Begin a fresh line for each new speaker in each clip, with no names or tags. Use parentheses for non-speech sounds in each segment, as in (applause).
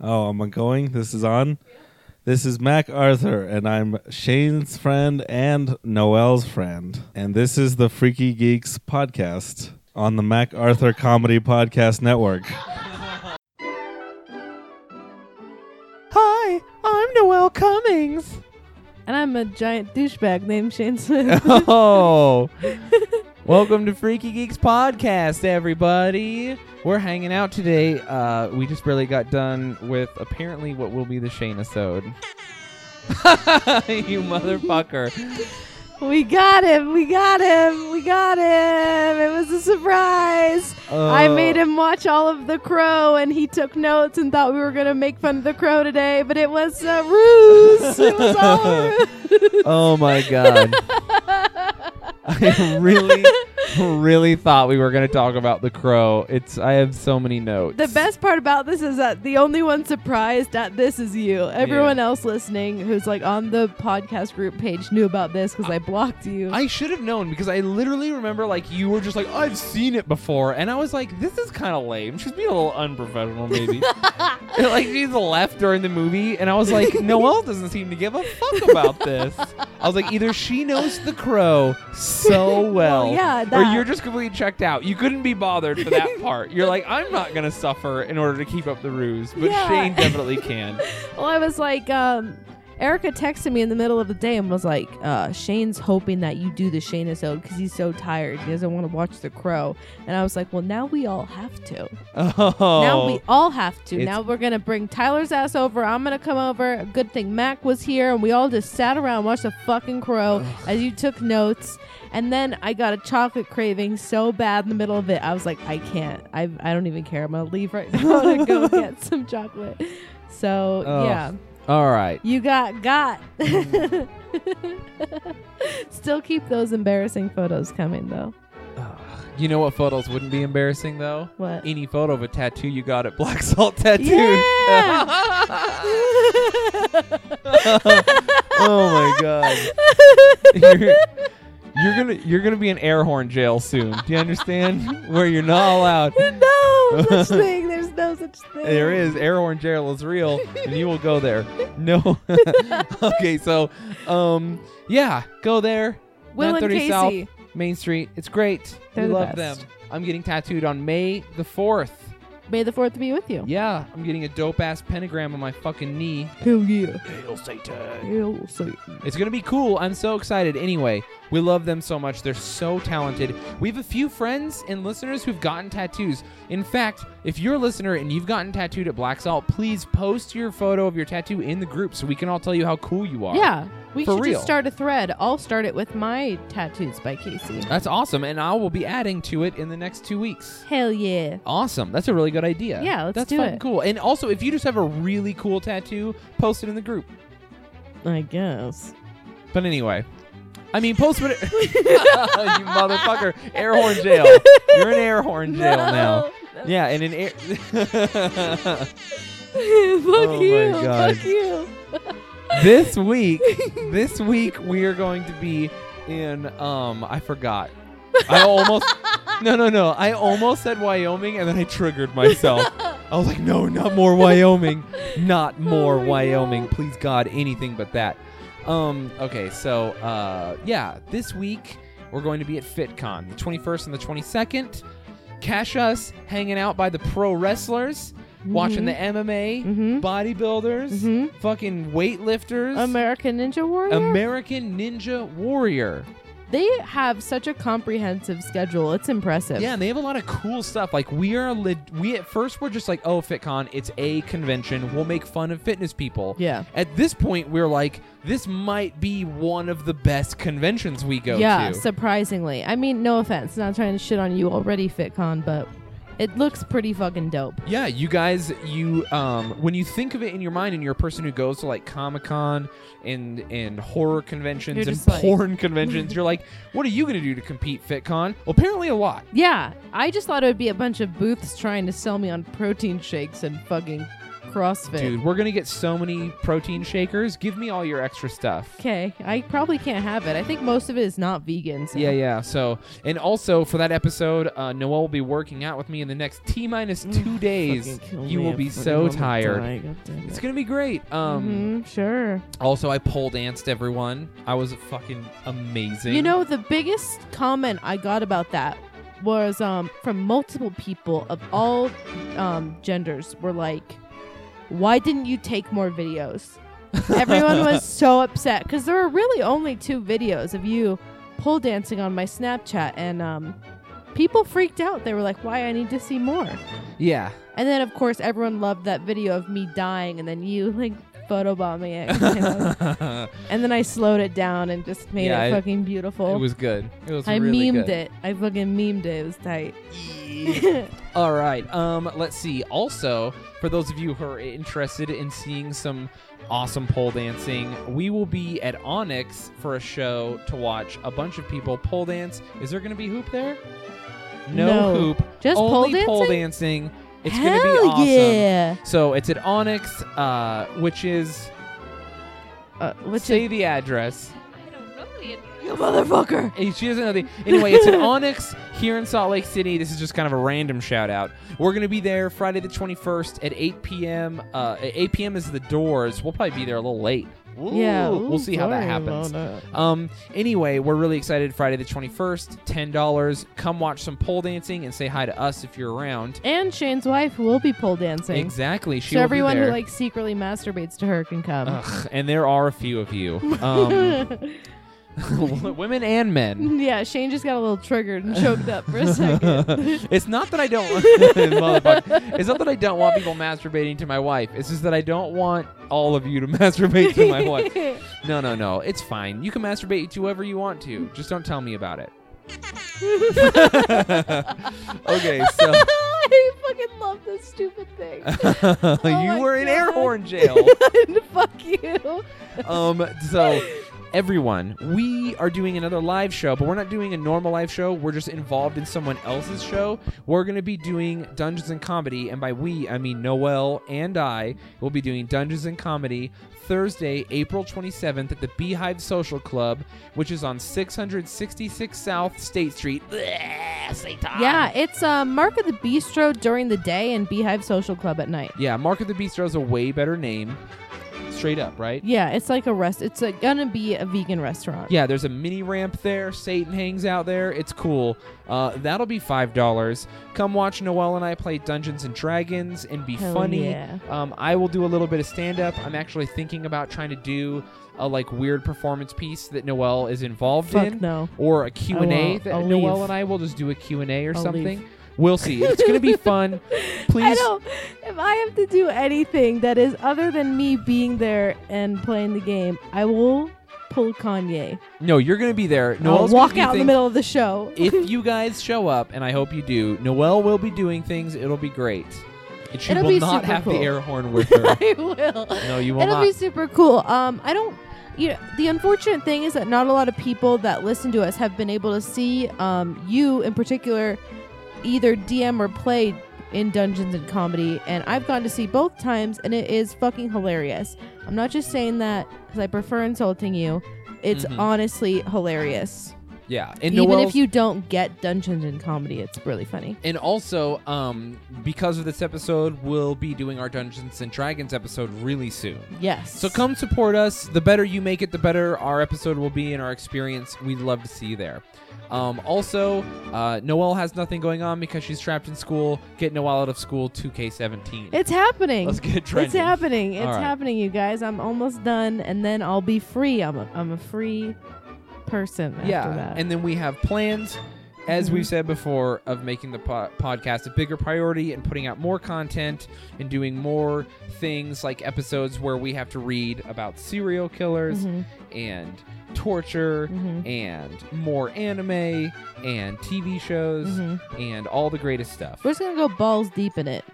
Oh, am I going? This is on? This is Mac Arthur, and I'm Shane's friend and Noel's friend. And this is the Freaky Geeks podcast on the Mac Arthur Comedy Podcast Network. Hi, I'm Noel Cummings.
And I'm a giant douchebag named Shane Smith.
(laughs) (laughs) Oh, welcome to Freaky Geeks podcast, everybody. We're hanging out today. Uh, we just barely got done with apparently what will be the Shane episode. (laughs) you motherfucker!
(laughs) we got him. We got him. We got him. It was a surprise. I
Uh,
made him watch all of The Crow and he took notes and thought we were going to make fun of The Crow today, but it was a ruse. it was
(laughs)
all a ruse.
Oh my
(laughs)
god! I really, really thought we were gonna talk about the crow. It's I have so many notes.
The best part about this is that the only one surprised at this is you. Everyone else listening who's like on the podcast group page knew about this because I blocked you.
I should have known because I literally remember like you were just like I've seen it before, and I was like, this is kind of lame. She's being a little unprofessional,
(laughs)
maybe. (laughs) And, like she's left during the movie, and I was like, Noelle doesn't seem to give a fuck about this. I was like, either she knows the crow so well,
(laughs) Well, yeah,
or
that.
you're just completely checked out. You couldn't be bothered for that part. You're like, I'm not gonna suffer in order to keep up the ruse, but
Yeah.
Shane definitely can.
Well, I was like, um, Erica texted me in the middle of the day and was like, uh, Shane's hoping that you do the Shane episode because he's so tired. He doesn't want to watch The Crow. And I was like, well, now we all have to.
Oh,
(laughs) Now we all have to.
It's-
Now we're going to bring Tyler's ass over. I'm going to come over. Good thing Mac was here. And we all just sat around and watched The fucking Crow as you took notes. And then I got a chocolate craving so bad in the middle of it. I was like, I can't. I, I don't even care. I'm going to leave right (laughs) now to go get some chocolate. So,
Ugh.
yeah.
all right.
You got got. (laughs) Still keep those embarrassing photos coming though.
Ugh. You know what photos wouldn't be embarrassing though?
What?
Any photo of a tattoo you got at Black Salt Tattoo. (laughs) oh my god. (laughs) You're, you're gonna you're gonna be in air horn jail soon. Do you understand? (laughs) Where you're not allowed.
no
(laughs)
such thing. There's no such thing.
There is air horn jail is real, and you will go there. No. (laughs) okay, so um yeah, go there.
Will and
930
Casey.
South. Main Street. It's great.
They're
we
the
love
best.
them. I'm getting tattooed on May the 4th.
May the fourth be with you.
Yeah, I'm getting a dope ass pentagram on my fucking knee.
Hell yeah.
Hail Satan.
Hell so.
It's gonna be cool. I'm so excited. Anyway, we love them so much. They're so talented. We have a few friends and listeners who've gotten tattoos. In fact, if you're a listener and you've gotten tattooed at Black Salt, please post your photo of your tattoo in the group so we can all tell you how cool you are.
Yeah. We
For
should
real.
just start a thread. I'll start it with my tattoos by Casey.
That's awesome, and I will be adding to it in the next two weeks.
Hell yeah.
Awesome. That's a really good idea.
Yeah, let's
That's
do
fucking
it.
cool. And also, if you just have a really cool tattoo, post it in the group.
I guess.
But anyway, I mean, post (laughs) what you motherfucker. Air horn jail. You're in air horn jail
(laughs)
now. Yeah, and in air. (laughs)
Fuck
Oh my
you.
God.
Fuck you.
this week, this week we are going to be in. Um, I forgot. I almost. No, no, no. I almost said Wyoming, and then I triggered myself. I was like, no, not more Wyoming,
(laughs)
not more
Oh my
Wyoming.
God.
Please God, anything but that. Um. Okay. So, uh, yeah, this week we're going to be at FitCon, the 21st and the 22nd. Cash us hanging out by the pro wrestlers, watching
Mm-hmm.
the MMA,
Mhm.
bodybuilders,
Mhm.
fucking weightlifters,
American Ninja Warrior.
American Ninja Warrior.
They have such a comprehensive schedule. It's impressive.
Yeah, and they have a lot of cool stuff. Like we are, le- we at first were just like, oh, FitCon, it's a convention. We'll make fun of fitness people.
Yeah.
At this point, we're like, this might be one of the best conventions we go
yeah,
to.
surprisingly. I mean, no offense, not trying to shit on you already, FitCon, but it looks pretty fucking dope.
Yeah, you guys, you um, when you think of it in your mind, and you're a person who goes to like Comic Con and and horror conventions
You're
and
just like-
porn conventions, you're like, what are you gonna do to compete FitCon? Well, apparently a lot.
Yeah, I just thought it would be a bunch of booths trying to sell me on protein shakes and fucking CrossFit.
Dude, we're gonna get so many protein shakers. Give me all your extra stuff.
Okay, I probably can't have it. I think most of it is not vegan. So.
Yeah, yeah. So, and also for that episode, uh, Noel will be working out with me in the next t minus two days.
Mm. Fucking kill
You
me,
will
I
be
fucking
so
wanna
tired.
die, God damn
It's
it.
gonna be great. Um,
Mhm, sure.
also I pole danced everyone. I was fucking amazing.
You know, the biggest comment I got about that was um, from multiple people of all um, genders were like, why didn't you take
(laughs)
more videos? Everyone was so upset because there were really only two videos of you pole dancing on my Snapchat, and um, people freaked out. They were like, why? I need to see more. (laughs)
Yeah.
And then, of course, everyone loved that video of me dying, and then you, like, photobombing it.
(laughs)
you know? and then I slowed it down and just made
Yeah,
it
I-
fucking beautiful.
It was good. It was
I
really
memed
good.
it. I fucking memed it. It was tight.
All right. Um, let's see. Also, for those of you who are interested in seeing some awesome pole dancing, we will be at Onyx for a show to watch a bunch of people pole dance. Is there going to be hoop there? No,
No.
hoop.
(laughs) Just pole
only
dancing?
pole dancing. It's
Hell
going to be awesome.
yeah.
So it's at Onyx, uh, which is
Uh, which
say
is,
the address.
I don't know yet.
you motherfucker.
Hey, She doesn't know the. Anyway, it's an Onyx here in Salt Lake City. This is just kind of a random shout out. We're gonna be there Friday the 21st at 8 p.m. Uh, at 8 p.m. is the doors. We'll probably be there a little late.
yeah.
Ooh, we'll
ooh,
see how that
sorry
happens.
about that.
Um. Anyway, we're really excited. Friday the 21st, ten dollars. Come watch some pole dancing and say hi to us if you're around.
And Shane's wife will be pole dancing.
Exactly. She
so
will
everyone
be there.
who like secretly masturbates to her can come.
Ugh, and there are a few of you, um,
(laughs)
(laughs) women and men.
yeah, Shane just got a little triggered and choked up
(laughs)
for a second.
It's not that I
(laughs)
don't (laughs) motherfucker. It's not that I don't want people masturbating to my wife. It's just that I don't want all of you to (laughs) masturbate to my wife. No, no, no. It's fine. You can masturbate to whoever you want to. Just don't tell me about
(laughs)
it. (laughs) okay, so
(laughs) I fucking love this stupid thing. (laughs) Oh
(laughs)
my
you were in air
God.
horn jail.
Fuck you.
um, so everyone, we are doing another live show, but we're not doing a normal live show. We're just involved in someone else's show. We're going to be doing Dungeons and Comedy, and by we, I mean Noel and I will be doing Dungeons and Comedy Thursday, April 27th at the Beehive Social Club, which is on 666 South State Street. Bleh, Satan.
Yeah, it's uh, Mark of the Bistro during the day and Beehive Social Club at night.
Yeah, Mark of the Beast is a way better name. Straight up, right?
Yeah, it's like a rest. It's uh gonna be a vegan restaurant.
Yeah, there's a mini ramp there. Satan hangs out there. It's cool. Uh, that'll be five dollars. Come watch Noel and I play Dungeons and Dragons and be
Hell
funny.
yeah.
Um, I will do a little bit of stand up. I'm actually thinking about trying to do a like weird performance piece that Noel is involved
Fuck
in,
no.
or a Q and A
won't.
that
I'll
Noel
leave.
and I will just do a Q and A or
I'll
something.
leave.
We'll see. It's gonna be fun.
(laughs) I
Please.
don't. If I have to do anything that is other than me being there and playing the game, I will pull Kanye.
No, you're gonna be there. Noel's
I'll
gonna
walk
be
out in the
thing-
middle of the show.
if you guys show up, and I hope you do, Noelle will be doing things. It'll be great. And she
It'll
will
be
not
super
have the
cool.
air horn with
(laughs)
her.
(laughs) I will.
no, you will
It'll
not.
be super cool. Um, I don't. You know, the unfortunate thing is that not a lot of people that listen to us have been able to see um, you in particular either DM or play in Dungeons and Comedy, and I've gone to see both times, and it is fucking hilarious. I'm not just saying that because I prefer insulting you. It's
Mhm.
honestly hilarious.
yeah, and
Even
Noelle's-
if you don't get Dungeons and Comedy, it's really funny.
And also, um, because of this episode, we'll be doing our Dungeons and Dragons episode really soon.
Yes.
So come support us. The better you make it, the better our episode will be and our experience. We'd love to see you there. Um, also, uh, Noelle has nothing going on because she's trapped in school. Get Noelle out of school 2K17.
It's happening.
Let's get trending.
It's happening. It's
All right.
happening, you guys. I'm almost done, and then I'll be free. I'm a, I'm a free person after
yeah
that.
and then we have plans as
Mhm.
we've said before of making the po- podcast a bigger priority and putting out more content and doing more things like episodes where we have to read about serial killers
Mhm,
and torture
mhm,
and more anime and TV shows
mhm.
and all the greatest stuff.
We're just gonna go balls deep in it.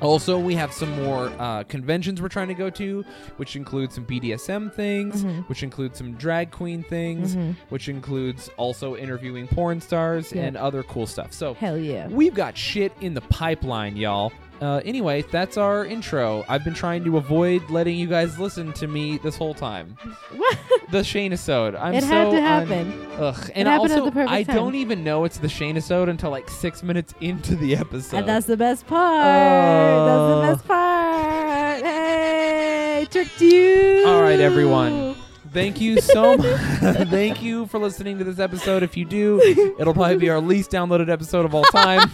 Also, we have some more uh, conventions we're trying to go to, which include some BDSM things,
Mhm.
which include some drag queen things,
Mhm.
which includes also interviewing porn stars
Yeah.
and other cool stuff. So (laughs)
Hell yeah.
we've got shit in the pipeline, y'all. Uh, anyway, that's our intro. I've been trying to avoid letting you guys listen to me this whole
(laughs)
time.
What?
The Shane episode. I'm
it
so
had to
un-
happen.
Ugh. And
happened at
also,
the perfect
I
time.
don't even know it's the Shane episode until like six minutes into the episode.
and that's the best part.
Oh.
that's the best part. Hey, tricked you.
All right,
(laughs)
everyone. Thank you so much. Thank you for listening to this episode. If you do, it'll probably be our least downloaded episode of all
(laughs)
time.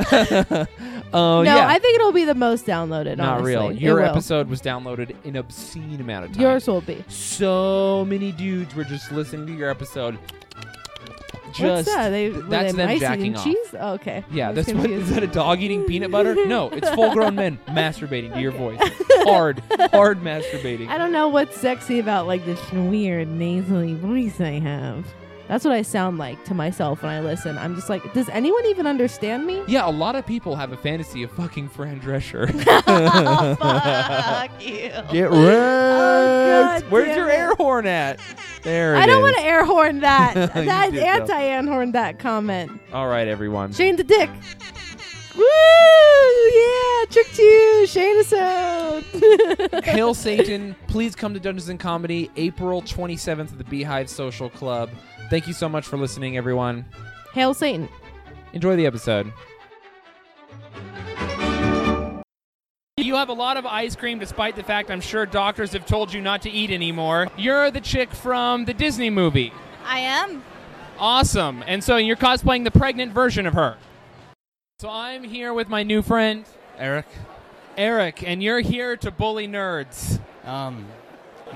(laughs) Oh
no,
yeah.
I think it'll be the most downloaded.
Not
honestly.
real.
It
Your
will.
episode was downloaded an obscene amount of time.
Yours will be.
So many dudes were just listening to your episode. Just
What's that? They, were
that's
they
them
mice
jacking
eating
off.
cheese? Oh, okay.
Yeah,
I'm
that's
just
what is
confused.
that a dog eating peanut butter?
(laughs)
No, it's full grown men masturbating to your voice. Hard, hard masturbating.
I don't know what's sexy about like this weird nasally voice I have. That's what I sound like to myself when I listen. I'm just like, does anyone even understand
(laughs)
me? (laughs)
yeah, a lot of people have a fantasy of fucking Fran Drescher.
oh, fuck you. Oh,
Get
God
(laughs) Where's
damn
your
it.
air horn at? There it is.
I don't want to air horn
(laughs)
that.
You
That's
did, though.
anti air horn that comment.
All right, everyone.
Shane the dick. Woo! Yeah, tricked you, Shane. (laughs) So.
Hail Satan, please come to Dungeons and Comedy April 27th at the Beehive Social Club. Thank you so much for listening, everyone.
Hail Satan.
Enjoy the episode. You have a lot of ice cream, despite the fact I'm sure doctors have told you not to eat anymore. You're the chick from the Disney movie.
I am.
Awesome. And so you're cosplaying the pregnant version of her. So I'm here with my new friend,
Eric?
Eric, and you're here to bully nerds.
Um,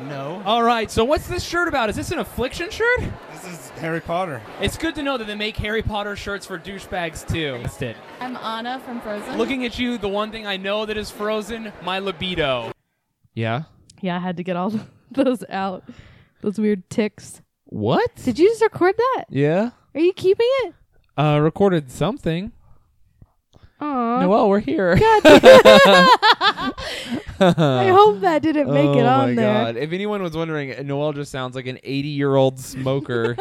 no.
All right, so what's this shirt about? Is this an affliction shirt?
This is Harry Potter.
It's good to know that they make Harry Potter shirts for douchebags too. That's it.
I'm Anna from Frozen.
Looking at you, the one thing I know that is frozen, my libido. Yeah?
Yeah, I had to get all (laughs) those out. Those weird ticks.
What?
Did you just record that?
Yeah.
Are you keeping it?
Uh, recorded something.
Aw.
Noel, we're (laughs) here.
I hope that didn't make it on
Oh my
there.
god. If anyone was wondering, Noel just sounds like an 80 year old (laughs) smoker.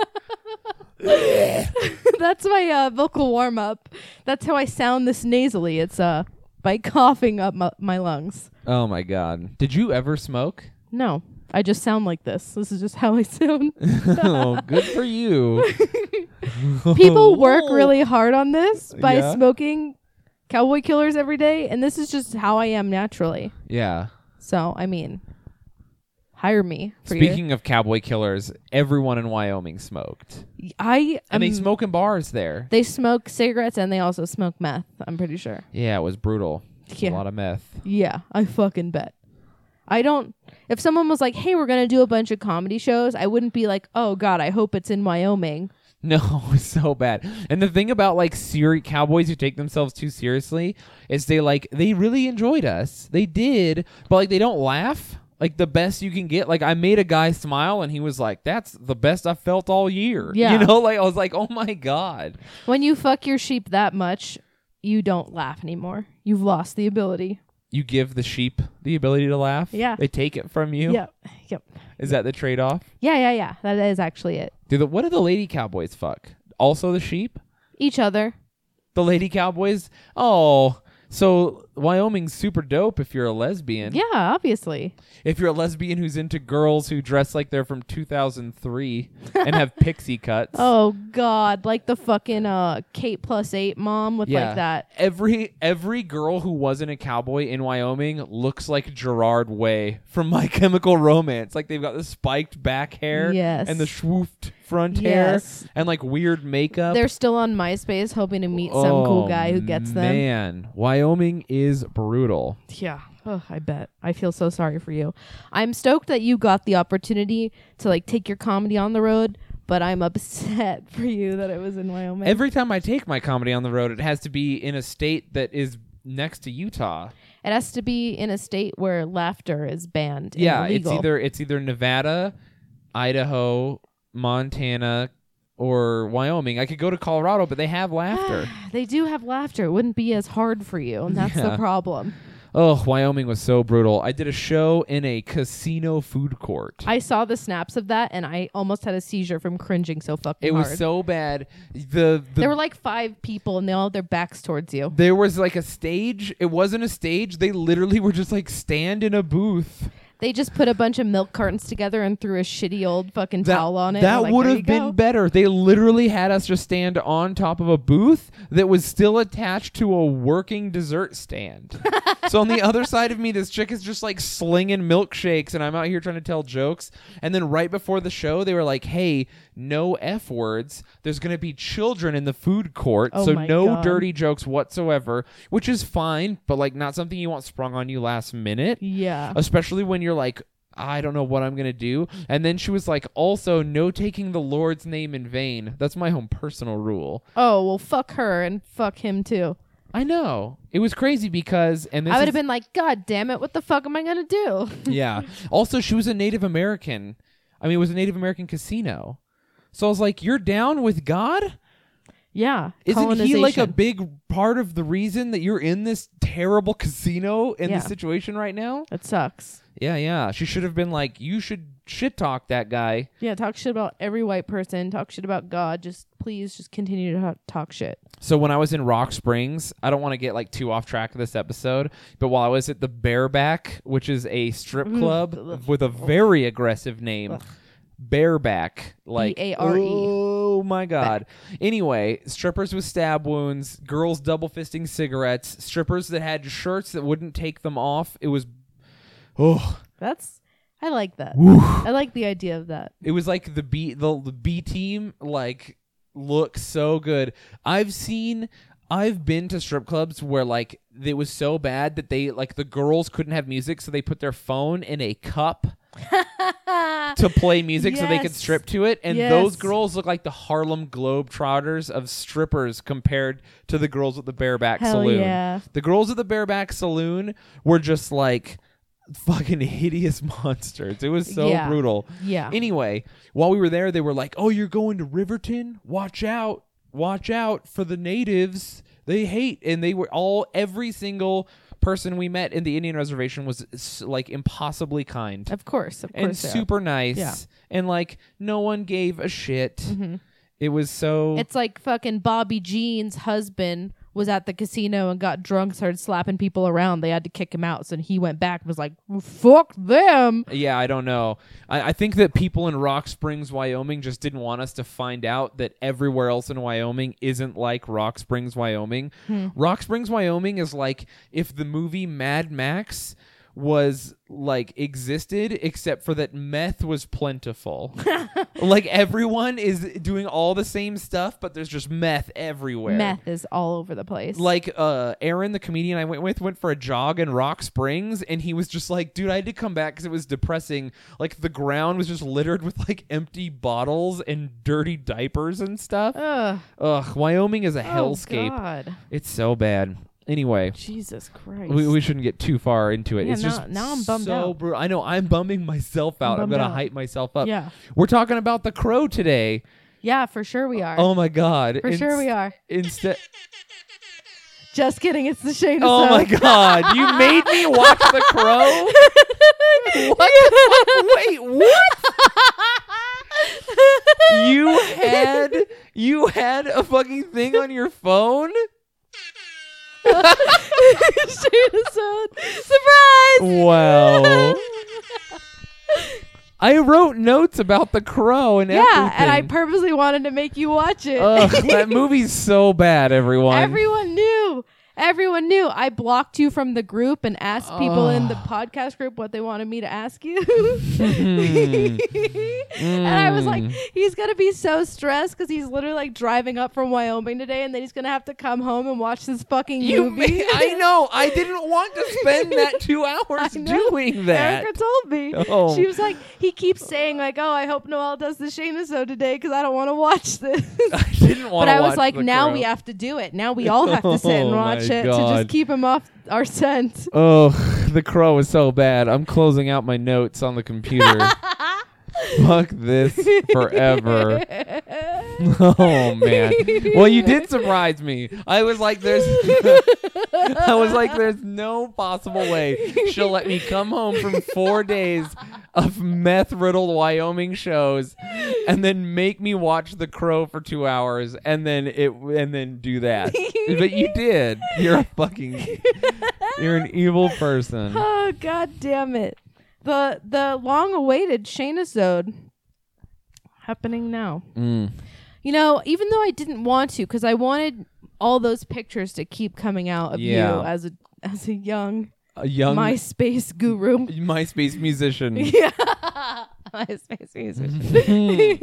(laughs) That's my uh, vocal warm up. That's how I sound this nasally. It's uh by (laughs) coughing up my, my lungs.
oh my god. Did you ever smoke?
No, I just sound like this. This is just how I sound.
(laughs) (laughs) oh, good for (laughs) you.
People work really hard on this by
Oh. Yeah.
smoking cowboy killers every day, and this is just how I am naturally.
Yeah.
So I mean, hire me for
Speaking of cowboy killers, everyone in Wyoming smoked.
your. I
And they
um,
smoke in bars there.
They smoke cigarettes and they also smoke meth. I'm pretty sure.
Yeah, it was brutal. A
Yeah.
lot of meth. (laughs)
Yeah, I fucking bet. I don't. If someone was like, "Hey, we're gonna do a bunch of comedy shows," I wouldn't be like, "Oh God, I hope it's in Wyoming."
No, it's so bad. And the thing about like Siri cowboys who take themselves too seriously is they like they really enjoyed us. They did, but like they don't laugh. Like the best you can get. Like I made a guy smile and he was like, "That's the best I felt all year." (laughs)
Yeah.
You know, like I was like, "Oh my god."
When you fuck your sheep that much, you don't laugh anymore. You've lost the ability.
You give the sheep the ability to laugh.
Yeah.
They take it from you.
Yep. Yep.
Is that the trade-off?
Yeah, yeah, yeah. That is actually it.
Do the what do the lady cowboys fuck? Also the sheep?
Each other.
The lady cowboys? Oh, so Wyoming's super dope if you're a lesbian.
Yeah, obviously.
If you're a lesbian who's into girls who dress like they're from 2003 and
(laughs)
have pixie cuts.
Oh God, like the fucking uh Kate plus eight mom with
Yeah.
like that.
Every every girl who wasn't a cowboy in Wyoming looks like Gerard Way from My Chemical Romance. Like they've got the spiked back hair
Yes.
and the swooped front
Yes.
hair and like weird makeup.
They're still on MySpace, hoping to meet some
Oh,
cool guy who gets them.
Man, Wyoming is brutal.
Yeah. Ugh, I bet. I feel so sorry for you. I'm stoked that you got the opportunity to like take your comedy on the road, but I'm (laughs) upset for you that it was in Wyoming.
Every time I take my comedy on the road, it has to be in a state that is next to Utah.
it has to be in a state where laughter is banned. and
yeah,
illegal.
it's
(sighs)
either it's either Nevada, Idaho, Montana, or Wyoming. I could go to
(gasps)
Colorado, but they have laughter.
they do have laughter. It wouldn't be as hard for you, and that's
Yeah.
the problem.
Oh, Wyoming was so brutal. I did a show in a casino food court.
I saw the snaps of that, and I almost had a seizure from cringing so fucking
it
hard.
was so bad. The, the
there were like five people, and they all had their backs towards you.
there was like a stage. It wasn't a stage. They literally were just like stand in a booth.
They just put a bunch of milk cartons together and threw a shitty old fucking towel on it. and
That
like,
would
"There
have
you
been
go."
better. They literally had us just stand on top of a booth that was still attached to a working dessert
(laughs)
stand. so on the other side of me, this chick is just like slinging milkshakes, and I'm out here trying to tell jokes. And then right before the show, they were like, "Hey, no f words. There's gonna be children in the food court,
Oh
so
my
no
God.
dirty jokes whatsoever," which is fine, but like not something you want sprung on you last minute
Yeah.
especially when you're like I don't know what I'm going to do. And then she was like, also, no taking the Lord's name in vain. That's my own personal rule.
Oh well, fuck her and fuck him too.
I know. It was crazy because, and this
I would have
is-
been like, God damn it, what the fuck am I gonna do?
yeah. Also, she was a Native American. I mean, it was a Native American casino. So I was like, you're down with God?
yeah.
Isn't he like a
colonization.
big part of the reason that you're in this terrible casino in this
Yeah.
situation right now?
That sucks.
Yeah, yeah. She should have been like, you should shit talk that guy.
Yeah, talk shit about every white person. Talk shit about God. Just please, just continue to ha- talk shit.
So when I was in Rock Springs, I don't want to get like too off track of this episode, but while I was at the Bareback, which is a strip club with a very aggressive name, Bareback, like
B-A-R-E.
Oh my god. Anyway, strippers with stab wounds, girls double fisting cigarettes, strippers that had shirts that wouldn't take them off. It was oh,
That's I like that. I like the idea
(laughs)
of that.
it was like the B the, the B team like looked so good. I've seen I've been to strip clubs where like it was so bad that they like the girls couldn't have music so they put their phone in a cup to play music so they could
Yes.
strip to it and those
Yes.
girls look like the Harlem Globetrotters of strippers compared to the girls at the Bareback
Hell
Saloon.
yeah.
The girls at the Bareback Saloon were just like fucking (laughs) hideous monsters. It was so
Yeah.
brutal.
Yeah.
Anyway, while we were there, they were like, "Oh, you're going to Riverton? Watch out! Watch out for the natives. They hate." And they were all every single person we met in the Indian reservation was s- like impossibly kind
Of course, of course.
and
they are.
super nice.
Yeah. Mm-hmm.
And like no one gave a shit. It was so
It's like fucking Bobby Jean's husband was at the casino and got drunk, started slapping people around. They had to kick him out, so he went back and was like, "Fuck them."
Yeah, I don't know. I, I think that people in Rock Springs, Wyoming, just didn't want us to find out that everywhere else in Wyoming isn't like Rock Springs, Wyoming. Rock Springs, Wyoming is like if the movie Mad Max was like existed except for that meth was plentiful like everyone is doing all the same stuff but there's just meth everywhere
Meth is all over the place.
like uh aaron the comedian i went with went for a jog in rock springs and he was just like dude i had to come back because it was depressing like the ground was just littered with like empty bottles and dirty diapers and stuff
Ugh.
ugh wyoming is a
Oh,
hellscape
God.
it's so bad anyway
Jesus Christ.
we, we shouldn't get too far into it.
Yeah,
it's
now-
just
now I'm bummed
so
out.
brutal. I know I'm bumming myself out. I'm,
bummed
gonna
out.
hype myself up.
Yeah.
we're talking about the crow today.
yeah, for sure we are.
Oh my god!
for sure we are. (laughs)
Instead,
Just kidding. It's the Shane.
Oh my
(laughs)
god, you made me watch The Crow? What? the- (laughs) Wait, what? You had you had a fucking thing on your phone?
Shane is on. Surprise! (laughs)
Wow. I wrote notes about The Crow and
Yeah,
everything. Oh,
and I purposely wanted to make you watch it. (laughs)
Ugh, that movie's so bad, everyone.
Everyone knew. Everyone knew. I blocked you from the group and asked people in the podcast group what they wanted me to ask you. (laughs)
Mm-hmm.
And I was like,
Mm.
he's going to be so stressed because he's literally like driving up from Wyoming today and then he's going to have to come home and watch this fucking
you
movie. (laughs)
ma- I know. I didn't want to spend that 2 hours
I know.
doing that.
Erica told me.
Oh.
She was like, he keeps saying like, oh, I hope Noel does the Shana so today because I don't want to watch this.
(laughs) I didn't want
But
to
I was
watch
like,
The
now
Crow.
we have to do it. Now we all have to sit and
(laughs) Oh
watch
my
it to
God.
just keep him off
(laughs)
our scent.
Oh, the crow is so bad. I'm closing out my notes on the computer. Fuck this forever. Oh man. well, you did surprise me. I was like there's I was like there's no possible way she'll let me come home from 4 days of meth-riddled Wyoming shows and then make me watch The Crow for 2 hours and then it and then do that. but you did. You're a fucking You're an evil person.
Oh god damn it. The the long awaited Shaneisode happening now.
Mm.
You know, even though I didn't want to cuz I wanted all those pictures to keep coming out of
Yeah.
you as a as a young,
A young
MySpace guru.
MySpace musician.
(laughs) yeah.
(laughs)
MySpace musician.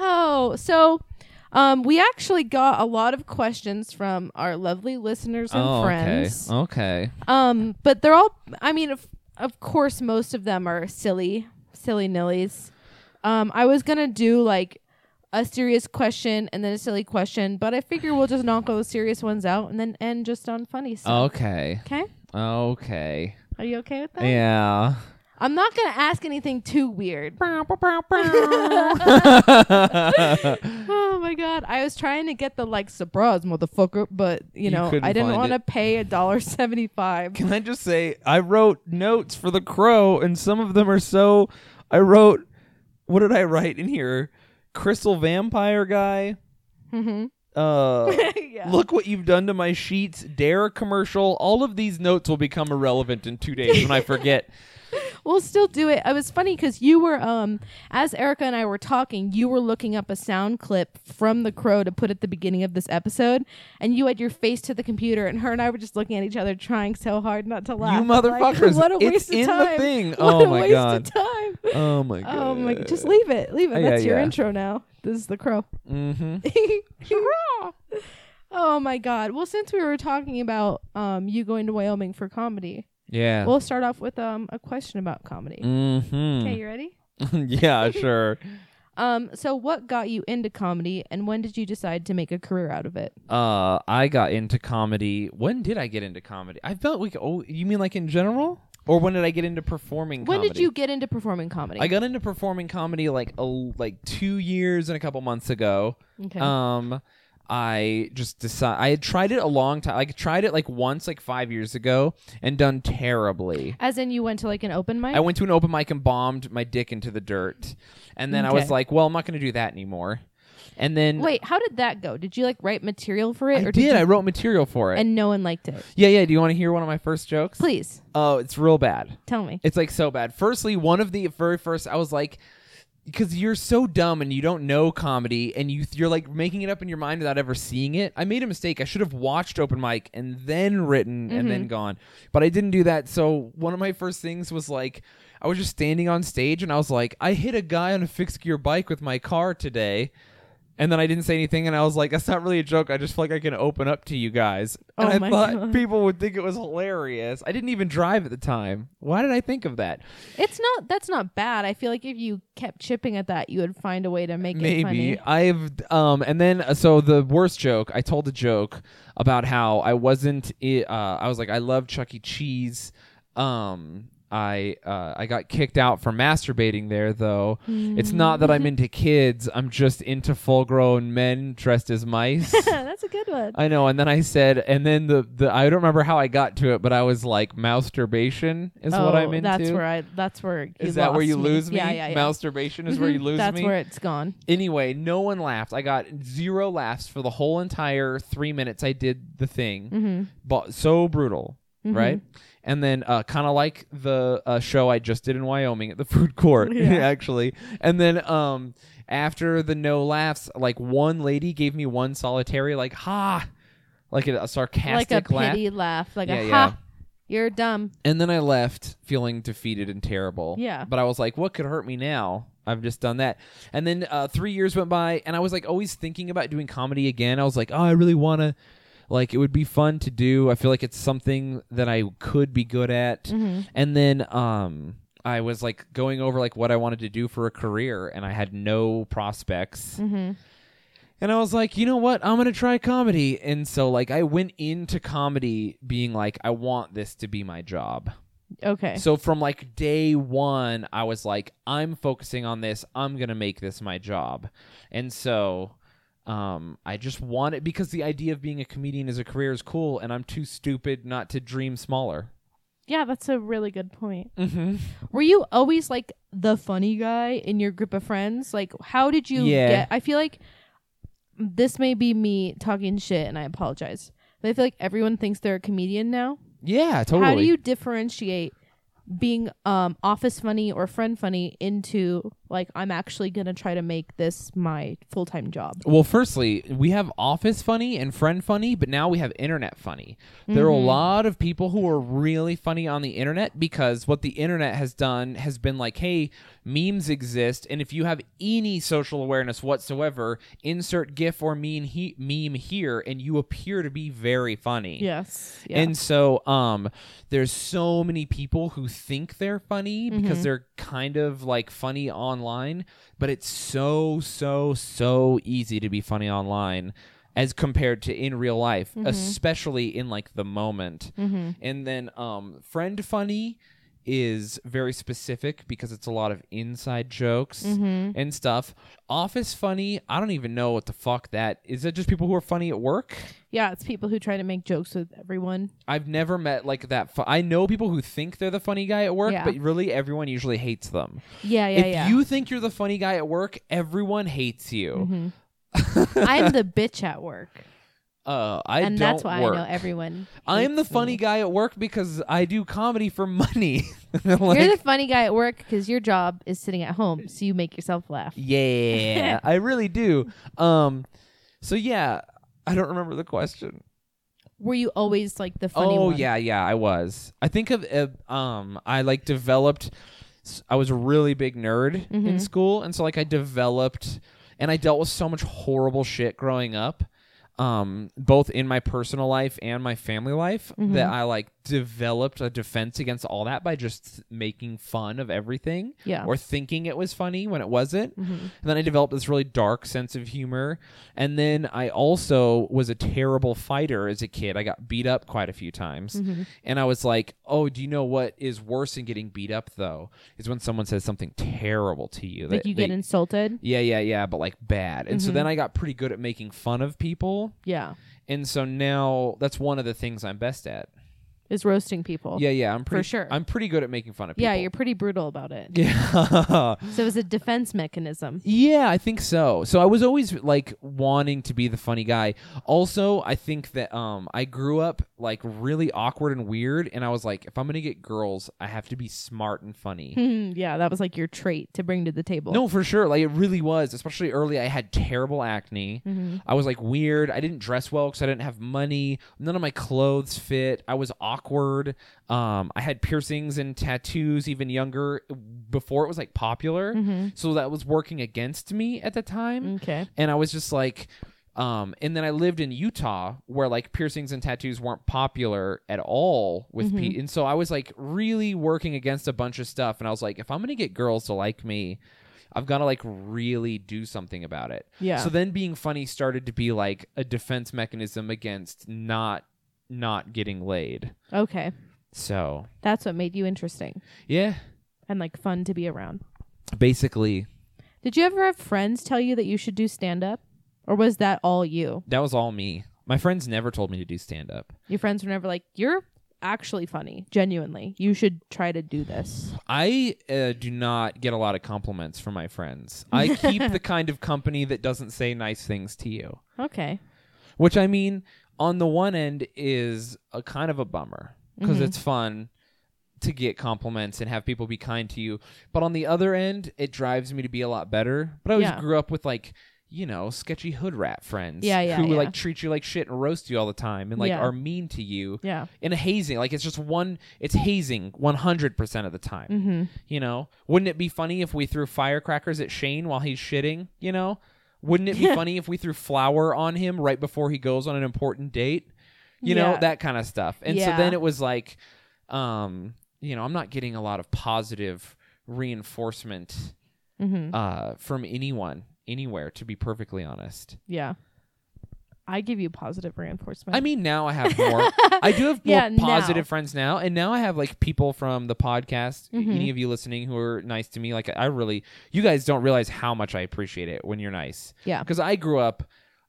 oh, so um, we actually got a lot of questions from our lovely listeners and
Oh,
friends.
Okay. okay.
Um, but they're all. I mean, of, of course, most of them are silly, silly nillies. Um, I was gonna do like a serious question and then a silly question, but I figure we'll just knock all the serious ones out and then end just on funny stuff.
Okay.
Okay.
Okay.
Are you okay with that?
Yeah.
I'm not gonna ask anything too weird. Oh my god! I was trying to get the like surprise, motherfucker, but you,
You
know
couldn't
I didn't
find
want to
it.
pay a dollar seventy-five.
Can I just say I wrote notes for the crow and some of them are so I wrote what did I write in here? Crystal vampire guy.
Mhm.
Uh
(laughs) yeah.
Look what you've done to my sheets, dare commercial. All of these notes will become irrelevant in two days when I
(laughs)
forget.
We'll still do it. It was funny because you were, um, as Erica and I were talking, you were looking up a sound clip from The Crow to put at the beginning of this episode, and you had your face to the computer, and her and I were just looking at each other, trying so hard not to laugh.
motherfuckers.
what a
It's
waste
in
of
the
time!
thing.
(laughs) What
Oh
a
my
waste
God.
of time!
Oh my god.
Oh my! Just leave it. Leave it.
Yeah,
That's your
yeah.
intro now. This is The Crow.
Mm-hmm.
(laughs) oh my God! Well, since we were talking about um you going to Wyoming for comedy,
Yeah.
we'll start off with um a question about comedy.
mm-hmm.
Okay, you ready?
(laughs) yeah, sure.
Um, so what got you into comedy and when did you decide to make a career out of it?
Uh, I got into comedy. When did I get into comedy? I felt like oh, you mean like in general, or when did I get into performing?
When did
comedy?
you get into performing comedy?
I got into performing comedy like a, like two years and a couple months ago.
okay.
Um, I just decided I had tried it a long time. Like tried it like once, like five years ago, and done terribly.
As in you went to like an open mic?
I went to an open mic and bombed my dick into the dirt, and then I was
Okay.
like, "Well, I'm not going to do that anymore." And then
Wait, how did that go? Did you like write material for
I
it
did.
you-
I wrote material for it.
and no one liked it?
yeah, yeah. Do you want to hear one of my first jokes?
Please
Oh, it's real bad.
tell me.
It's like so bad. Firstly, one of the very first, I was like, because you're so dumb and you don't know comedy and you you're like making it up in your mind without ever seeing it. I made a mistake. I should have watched open mic and then written and
Mm-hmm.
then gone, but I didn't do that. So one of my first things was like. I was just standing on stage and I was like, I hit a guy on a fixed gear bike with my car today. And then I didn't say anything and I was like, that's not really a joke. I just feel like I can open up to you guys. And
Oh
I
my
thought
God.
people would think it was hilarious. I didn't even drive at the time. Why did I think of that?
It's not that's not bad. I feel like if you kept chipping at that, you would find a way to make it
maybe
funny. (laughs)
i've um and then uh, so the worst joke i told a joke about how i wasn't i- uh i was like i love chuck e cheese um I uh, I got kicked out for masturbating there though. It's not that
Mm.
I'm into kids. I'm just into full-grown men dressed as
(laughs)
mice.
that's a good one.
I know. And then I said, and then the, the I don't remember how I got to it, but I was like, masturbation is
oh,
what I'm into.
That's where I that's where you
is that where
lost
you lose me?
Yeah, yeah, yeah.
Masturbation is where
(laughs)
you lose
that's
me.
where it's gone.
Anyway, no one laughed. I got zero laughs for the whole entire three minutes I did the thing.
Mm-hmm.
But so brutal, right? And then, uh, kind of like the uh, show I just did in Wyoming at the (laughs) food court, actually. And then, um, after the no laughs, like one lady gave me one solitary, like ha, like a, a sarcastic
Like a
laugh.
pity laugh, like
Yeah,
a
yeah.
ha. You're dumb.
And then I left feeling defeated and terrible.
Yeah.
But I was like, what could hurt me now? I've just done that. And then uh, three years went by, and I was like always thinking about doing comedy again. I was like, oh, I really want to. Like it would be fun to do. I feel like it's something that I could be good at. And then um I was like going over like what I wanted to do for a career and I had no prospects.
Mm-hmm.
And I was like, you know what? I'm going to try comedy. And so, like, I went into comedy being like, I want this to be my job.
Okay.
So from like day one, I was like, I'm focusing on this. I'm gonna make this my job, and so, um, I just want it because the idea of being a comedian as a career is cool, and I'm too stupid not to dream smaller.
yeah, that's a really good point.
Mm-hmm.
Were you always like the funny guy in your group of friends? Like, how did you
Yeah.
get? I feel like this may be me talking shit, and I apologize. But I feel like everyone thinks they're a comedian now.
Yeah, totally.
How do you differentiate being um, office funny or friend funny into like I'm actually gonna try to make this my full time job?
Well, firstly, we have office funny and friend funny, but now we have internet funny. There are a lot of people who are really funny on the internet because what the internet has done has been like, hey, memes exist, and if you have any social awareness whatsoever, insert GIF or meme, he- meme here, and you appear to be very funny.
Yes.
And so um there's so many people who think they're funny because they're kind of like funny online, but it's so so so easy to be funny online as compared to in real life, especially in like the moment. And then um friend funny is very specific because it's a lot of inside jokes and stuff. Office funny, I don't even know what the fuck that is. It just people who are funny at work?
yeah, it's people who try to make jokes with everyone.
I've never met like that. Fu- I know people who think they're the funny guy at work,
Yeah.
but really everyone usually hates them.
Yeah, yeah,
if
yeah.
you think you're the funny guy at work, everyone hates you.
Mm-hmm. (laughs)
(laughs)
I'm the bitch at work,
Uh, I
and
don't
that's why
work.
I know everyone.
I am the
hates me.
funny guy at work because I do comedy for money. (laughs) Like-
You're the funny guy at work because your job is sitting at home, so you make yourself laugh. (laughs)
yeah, I really do. Um, so yeah, I don't remember the question.
Were you always like the funny
oh
one?
yeah yeah i was i think of uh, um i like developed s- i was a really big nerd
Mm-hmm.
in school and so like i developed and i dealt with so much horrible shit growing up um both in my personal life and my family life that
Mm-hmm.
i like developed a defense against all that by just making fun of everything
Yeah. Mm-hmm.
or thinking it was funny when it wasn't and then i developed this really dark sense of humor and then i also was a terrible fighter as a kid i got beat up quite a few times
Mm-hmm.
and i was like oh do you know what is worse than getting beat up though is when someone says something terrible to you
Like
that-
you
that-
get Mm-hmm. insulted.
yeah yeah yeah but like bad and so then i got pretty good at making fun of people
Yeah,
and so now that's one of the things i'm best at
is roasting people.
yeah yeah i'm pretty
sure.
i'm pretty good at making fun of people
yeah, you're pretty brutal about it.
(laughs) yeah
So it's a defense mechanism.
Yeah, I think so. So I was always like wanting to be the funny guy. Also, I think that um I grew up like really awkward and weird and I was like if I'm going to get girls, I have to be smart and funny.
Hmm, (laughs) yeah, that was like your trait to bring to the table.
no, for sure. Like it really was, especially early I had terrible
Hmm.
acne.
Mm-hmm.
I was like weird. I didn't dress well cuz I didn't have money. None of my clothes fit. I was awkward. Um I had piercings and tattoos even younger before it was like popular.
Hmm.
So that was working against me at the time
Mm-hmm. Okay.
and I was just like, um, and then I lived in Utah where like piercings and tattoos weren't popular at all with pe- and so I was like really working against a bunch of stuff, and I was like, if I'm gonna get girls to like me. I've got to like really do something about it.
Yeah.
So then being funny started to be like a defense mechanism against not not getting laid.
Okay.
So,
That's what made you interesting
yeah,
and like fun to be around.
basically
Did you ever have friends tell you that you should do stand up? Or was that all you?
that was all me. My friends never told me to do stand up.
Your friends were never like, you're actually funny, genuinely. You should try to do this.
I uh, do not get a lot of compliments from my
(laughs)
friends. I keep the kind of company that doesn't say nice things to you,
Okay.
which I mean, on the one end, is a kind of a bummer because
Mm-hmm.
it's fun to get compliments and have people be kind to you. But on the other end, it drives me to be a lot better. But I always
Yeah.
grew up with like, you know, sketchy hood rat friends
Yeah, yeah,
who
yeah.
like treat you like shit and roast you all the time and like
Yeah.
are mean to you
Yeah.
in a hazing like it's just one it's hazing 100% of the time
Mhm.
you know wouldn't it be funny if we threw firecrackers at shane while he's shitting you know wouldn't it be funny if we threw flour on him right before he goes on an important date you know
Yeah.
that kind of stuff and so
Yeah.
then it was like um you know i'm not getting a lot of positive reinforcement
Mm-hmm.
uh from anyone anywhere to be perfectly honest
Yeah. I give you positive reinforcement.
I mean, now I have more. I do have more
(laughs) Yeah, now.
positive friends now, and now I have like people from the podcast.
Mhm.
Any of you listening who are nice to me, like I really, you guys don't realize how much I appreciate it when you're nice.
Yeah.
because I grew up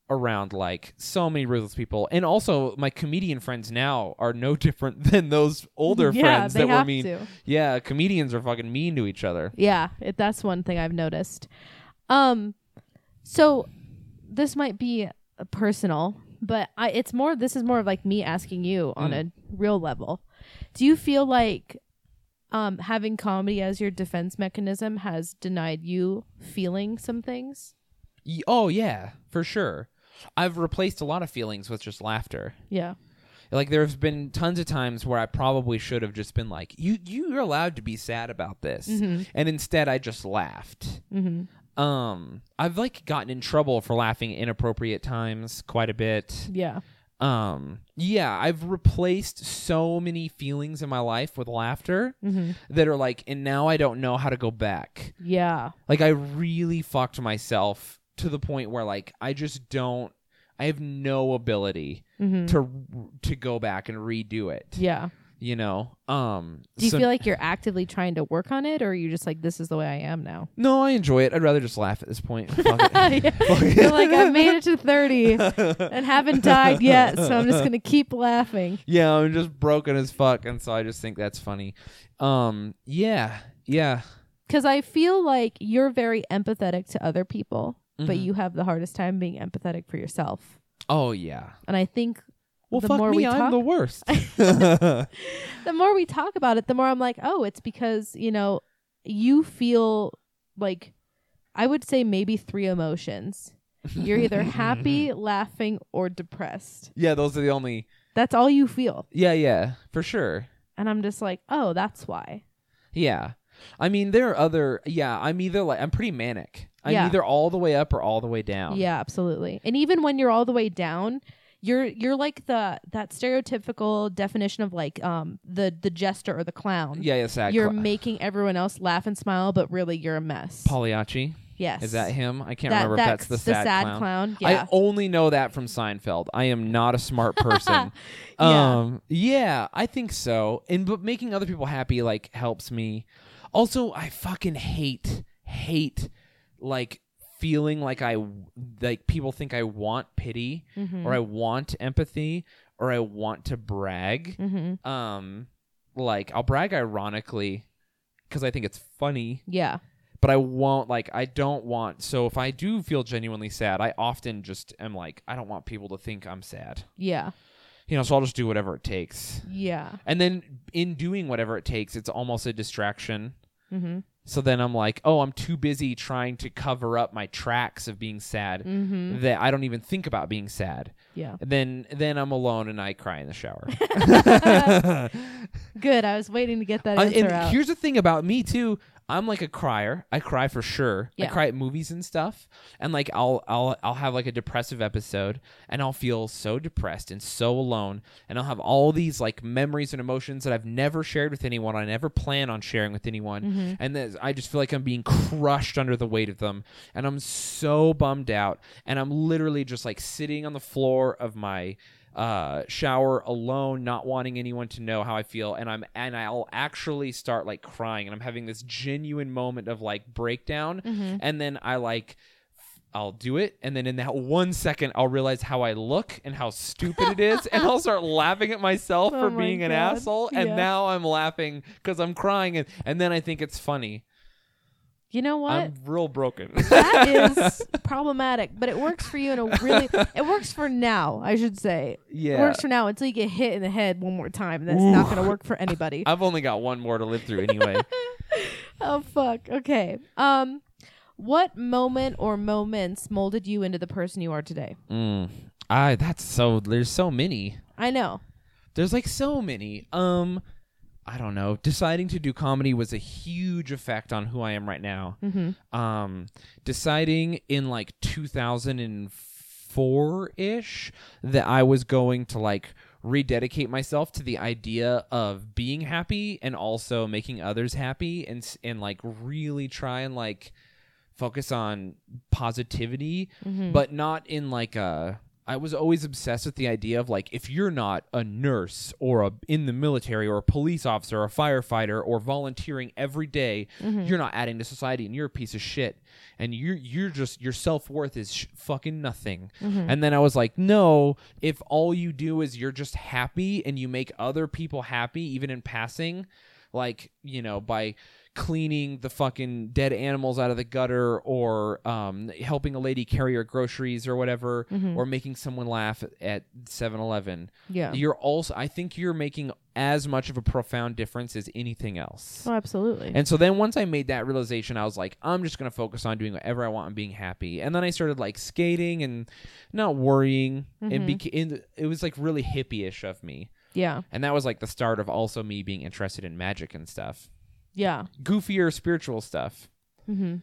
around like so many ruthless people, and also my comedian friends now are no (laughs) different than those older
(laughs) yeah,
friends
they
that
have
were mean.
To.
Yeah, comedians are fucking mean to each other.
Yeah, it, that's one thing I've noticed. Um, so this might be uh, personal, but I it's more. This is more of like me asking you on a real level. Do you feel like um, having comedy as your defense mechanism has denied you feeling some things?
Y- oh yeah, for sure. I've replaced a lot of feelings with just laughter.
Yeah,
Like there's been tons of times where I probably should have just been like, "You you're allowed to be sad about this,"
Mm-hmm.
and instead I just laughed. Mm-hmm. Um, I've like gotten in trouble for laughing at inappropriate times quite a bit.
yeah,
Um, yeah, I've replaced so many feelings in my life with laughter
Mm-hmm.
that are like, and now I don't know how to go back.
yeah,
Like I really fucked myself to the point where like I just don't. I have no ability to to go back and redo it.
Mm-hmm. yeah.
You know. Um.
Do you
so-
feel like you're actively trying to work on it, or are you just like this is the way I am now?
No, I enjoy it. I'd rather just laugh at this
(laughs)
point. Fuck it.
You're like I made it to thirty and haven't died yet, so I'm just gonna keep laughing.
yeah, I'm just broken as fuck, and so I just think that's funny. Um. Yeah. Yeah.
Because I feel like you're very empathetic to other people, but you have the hardest time being empathetic for yourself.
Mm-hmm. Oh yeah.
And I think
Well,
the
fuck
more
me.
we
I'm
talk,
the worst.
the more we talk about it, the more I'm like, oh, it's because you know you feel like I would say maybe three emotions. (laughs) You're
(laughs)
either happy, laughing, or depressed.
yeah, those are the only.
That's all you feel.
Yeah, yeah, for sure.
And I'm just like, oh, that's why.
Yeah. I mean, there are other. Yeah, I'm either like I'm pretty manic. I'm
Yeah.
either all the way up or all the way down.
Yeah, absolutely. And even when you're all the way down, you're you're like the that stereotypical definition of like um the the jester or the clown.
Yeah, yeah, sad.
You're
cla-
making everyone else laugh and smile, but really you're a mess.
Pagliacci.
yes.
Is that him? I can't
That-
remember if that's the sad,
clown.
clown.
Yeah.
I only know that from Seinfeld. I am not a
(laughs)
smart person.
Yeah.
Um yeah, I think so. And but making other people happy like helps me. Also, I fucking hate hate like feeling like I like people think I want pity
Mm-hmm. Mm.
or I want empathy or I want to brag.
mm-hmm.
Um like I'll brag ironically cuz I think it's funny
Yeah.
but I won't like I don't want so if I do feel genuinely sad, I often just am like I don't want people to think I'm sad.
Yeah.
You know, so I'll just do whatever it takes.
Yeah.
And then in doing whatever it takes, it's almost a distraction.
Mm-hmm.
So then I'm like, "Oh, I'm too busy trying to cover up my tracks of being sad
Mm-hmm.
that I don't even think about being sad." (laughs)
Yeah.
And then then I'm alone and I cry in the shower.
Good. I was waiting to get that
I-
answer
and
out.
here's the thing about me too. I'm like a crier. I cry for sure. I
Yeah.
cry at movies and stuff. And like I'll I'll I'll have like a depressive episode and I'll feel so depressed and so alone and I'll have all these like memories and emotions that I've never shared with anyone. I never plan on sharing with anyone.
Mm-hmm.
And then I just feel like I'm being crushed under the weight of them and I'm so bummed out and I'm literally just like sitting on the floor of my uh, shower alone, not wanting anyone to know how I feel, and I'm and I'll actually start like crying, and I'm having this genuine moment of like breakdown,
Mm-hmm.
and then I like. f- I'll do it, and then in that one second, I'll realize how I look and how stupid it is, and I'll
(laughs)
start laughing at myself
Oh
for
my
being an
God.
asshole. And
Yeah.
now I'm laughing because I'm crying, and, and then I think it's funny.
you know what?
I'm real broken.
(laughs) that is problematic, but it works for you in a really. It works for now, I should say. It
Yeah.
works for now until you get hit in the head one more time. and That's not going to work for anybody.
I've only got one more to live through
(laughs)
anyway.
oh fuck. Okay. Um, what moment or moments molded you into the person you are today?
mm. I that's so. There's so many.
I know.
There's like so many. Um, I don't know. Deciding to do comedy was a huge effect on who I am right now. Um, deciding in like 2004 ish that I was going to like rededicate myself to the idea of being happy and also making others happy and s- and like really try and like focus on positivity but not in like a I was always obsessed with the idea of like if you're not a nurse or a in the military or a police officer or a firefighter or volunteering every day, you're not adding to society and you're a piece of shit and you are you're just your self-worth is sh- fucking nothing. And then I was like, no, if all you do is you're just happy and you make other people happy even in passing, like you know by cleaning the fucking dead animals out of the gutter or um, helping a lady carry her groceries or whatever or making someone laugh at 7-eleven
Yeah.
you're also i think you're making as much of a profound difference as anything else
Oh, absolutely.
and so then once I made that realization, I was like, I'm just gonna focus on doing whatever I want and being happy. And then I started like skating and not worrying. And, beca- and it was like really hippie-ish of me.
yeah.
And that was like the start of also me being interested in magic and stuff,
Yeah.
goofier spiritual stuff.
Mhm.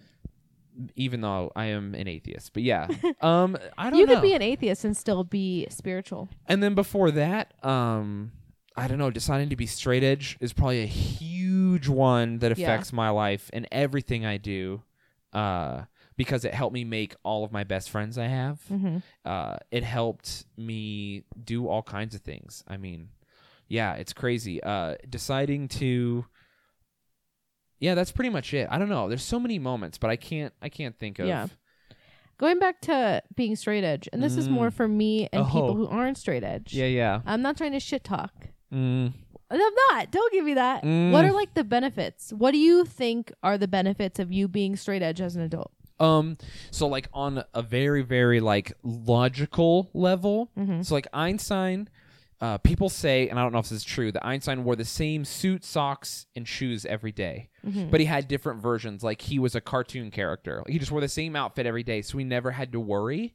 Even though I am an atheist, but
(laughs)
yeah, um, I don't
You
know.
could be an atheist and still be spiritual.
and then before that, um, I don't know. Deciding to be straight edge is probably a huge one that
Yeah.
affects my life and everything I do, uh, because it helped me make all of my best friends I have.
Mm.
Uh, it helped me do all kinds of things. I mean, yeah, it's crazy. Uh, deciding to. Yeah, that's pretty much it. I don't know. There's so many moments, but I can't. I can't think of.
Yeah. Going back to being straight edge, and this is more for me and
Oh.
people who aren't straight edge.
Yeah. Yeah.
I'm not trying to shit talk.
Mm.
And I'm not. Don't give me that.
Mm.
What are like the benefits? What do you think are the benefits of you being straight edge as an adult?
Um, so like on a very, very like logical level. So like Einstein, uh, people say, and I don't know if this is true, that Einstein wore the same suit, socks, and shoes every day. but he had different versions. Like he was a cartoon character. He just wore the same outfit every day, so he never had to worry.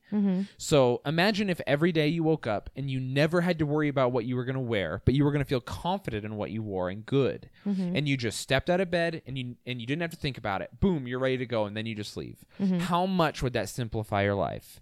So imagine if every day you woke up and you never had to worry about what you were going to wear, but you were going to feel confident in what you wore and good. And you just stepped out of bed and you and you didn't have to think about it. Boom, you're ready to go and then you just leave. How much would that simplify your life?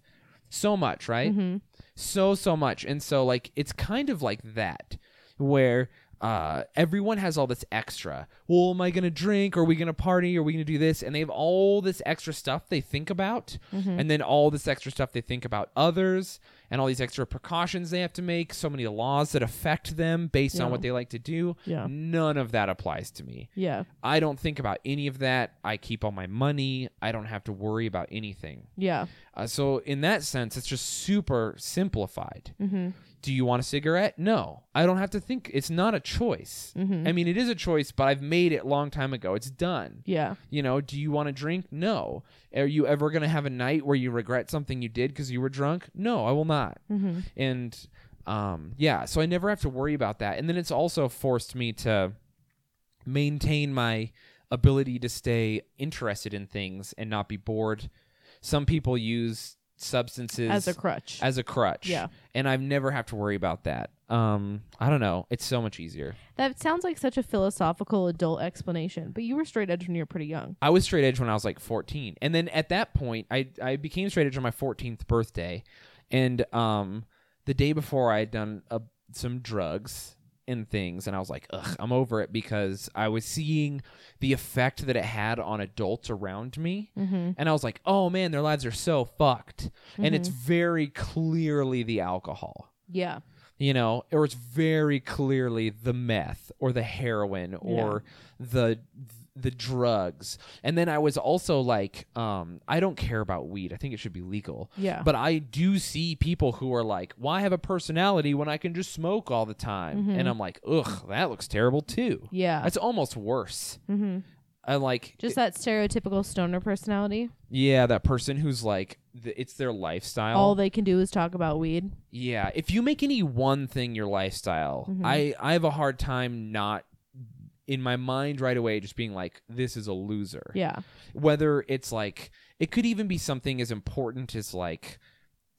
So much, right?
Mm-hmm.
so so much and so like it's kind of like that where uh, everyone has all this extra. Well, am I gonna drink? Are we gonna party? Are we gonna do this? And they have all this extra stuff they think about,
Mm-hmm.
and then all this extra stuff they think about others, and all these extra precautions they have to make. So many laws that affect them based on
Yeah.
what they like to do.
Yeah.
None of that applies to me.
Yeah.
I don't think about any of that. I keep all my money. I don't have to worry about anything.
Yeah.
Uh, so in that sense, it's just super simplified. Do you want a cigarette? No, I don't have to think. It's not a choice. I mean, it is a choice, but I've made it long time ago. It's done.
Yeah.
You know, do you want to drink? No. Are you ever going to have a night where you regret something you did because you were drunk? No, I will not.
Mm-hmm.
And um, yeah, so I never have to worry about that. And then it's also forced me to maintain my ability to stay interested in things and not be bored. Some people use substances
As a crutch.
as a crutch.
Yeah.
And I've never have to worry about that. Um, I don't know. It's so much easier.
that sounds like such a philosophical adult explanation, but you were straight edge when you were pretty young.
I was straight edge when I was like 14. And then at that point, I, I became straight edge on my 14th birthday. And um, the day before, I had done uh, some drugs and things. And I was like, ugh, I'm over it because I was seeing the effect that it had on adults around me.
Mm-hmm.
And I was like, oh man, their lives are so fucked. And it's very clearly the alcohol
Mm-hmm. Yeah.
you know, or it's very clearly the meth or the heroin or the the drugs. And then I was also like, um, I don't care about weed. I think it should be legal.
Yeah.
But I do see people who are like, "Why have a personality when I can just smoke all the time?" And I'm like, "Ugh, that looks terrible too."
Mm-hmm. Yeah.
That's almost worse. Mm-hmm. I like
Just that stereotypical stoner personality.
yeah, that person who's like, th- it's their lifestyle.
All they can do is talk about weed.
Yeah, if you make any one thing your lifestyle,
Mm-hmm.
I I have a hard time not in my mind right away just being like this is a loser.
Yeah.
Whether it's like it could even be something as important as like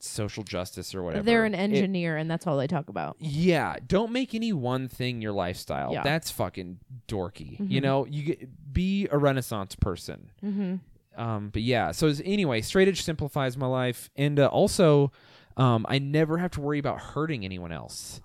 social justice or whatever.
They're an
It-
engineer and that's all they talk about.
yeah, don't make any one thing your lifestyle.
Yeah.
That's fucking dorky. You know, you get, be a renaissance person.
Mm-hmm.
Um, but yeah, so as- anyway, straight edge simplifies my life, and uh, also, um, I never have to worry about hurting anyone else,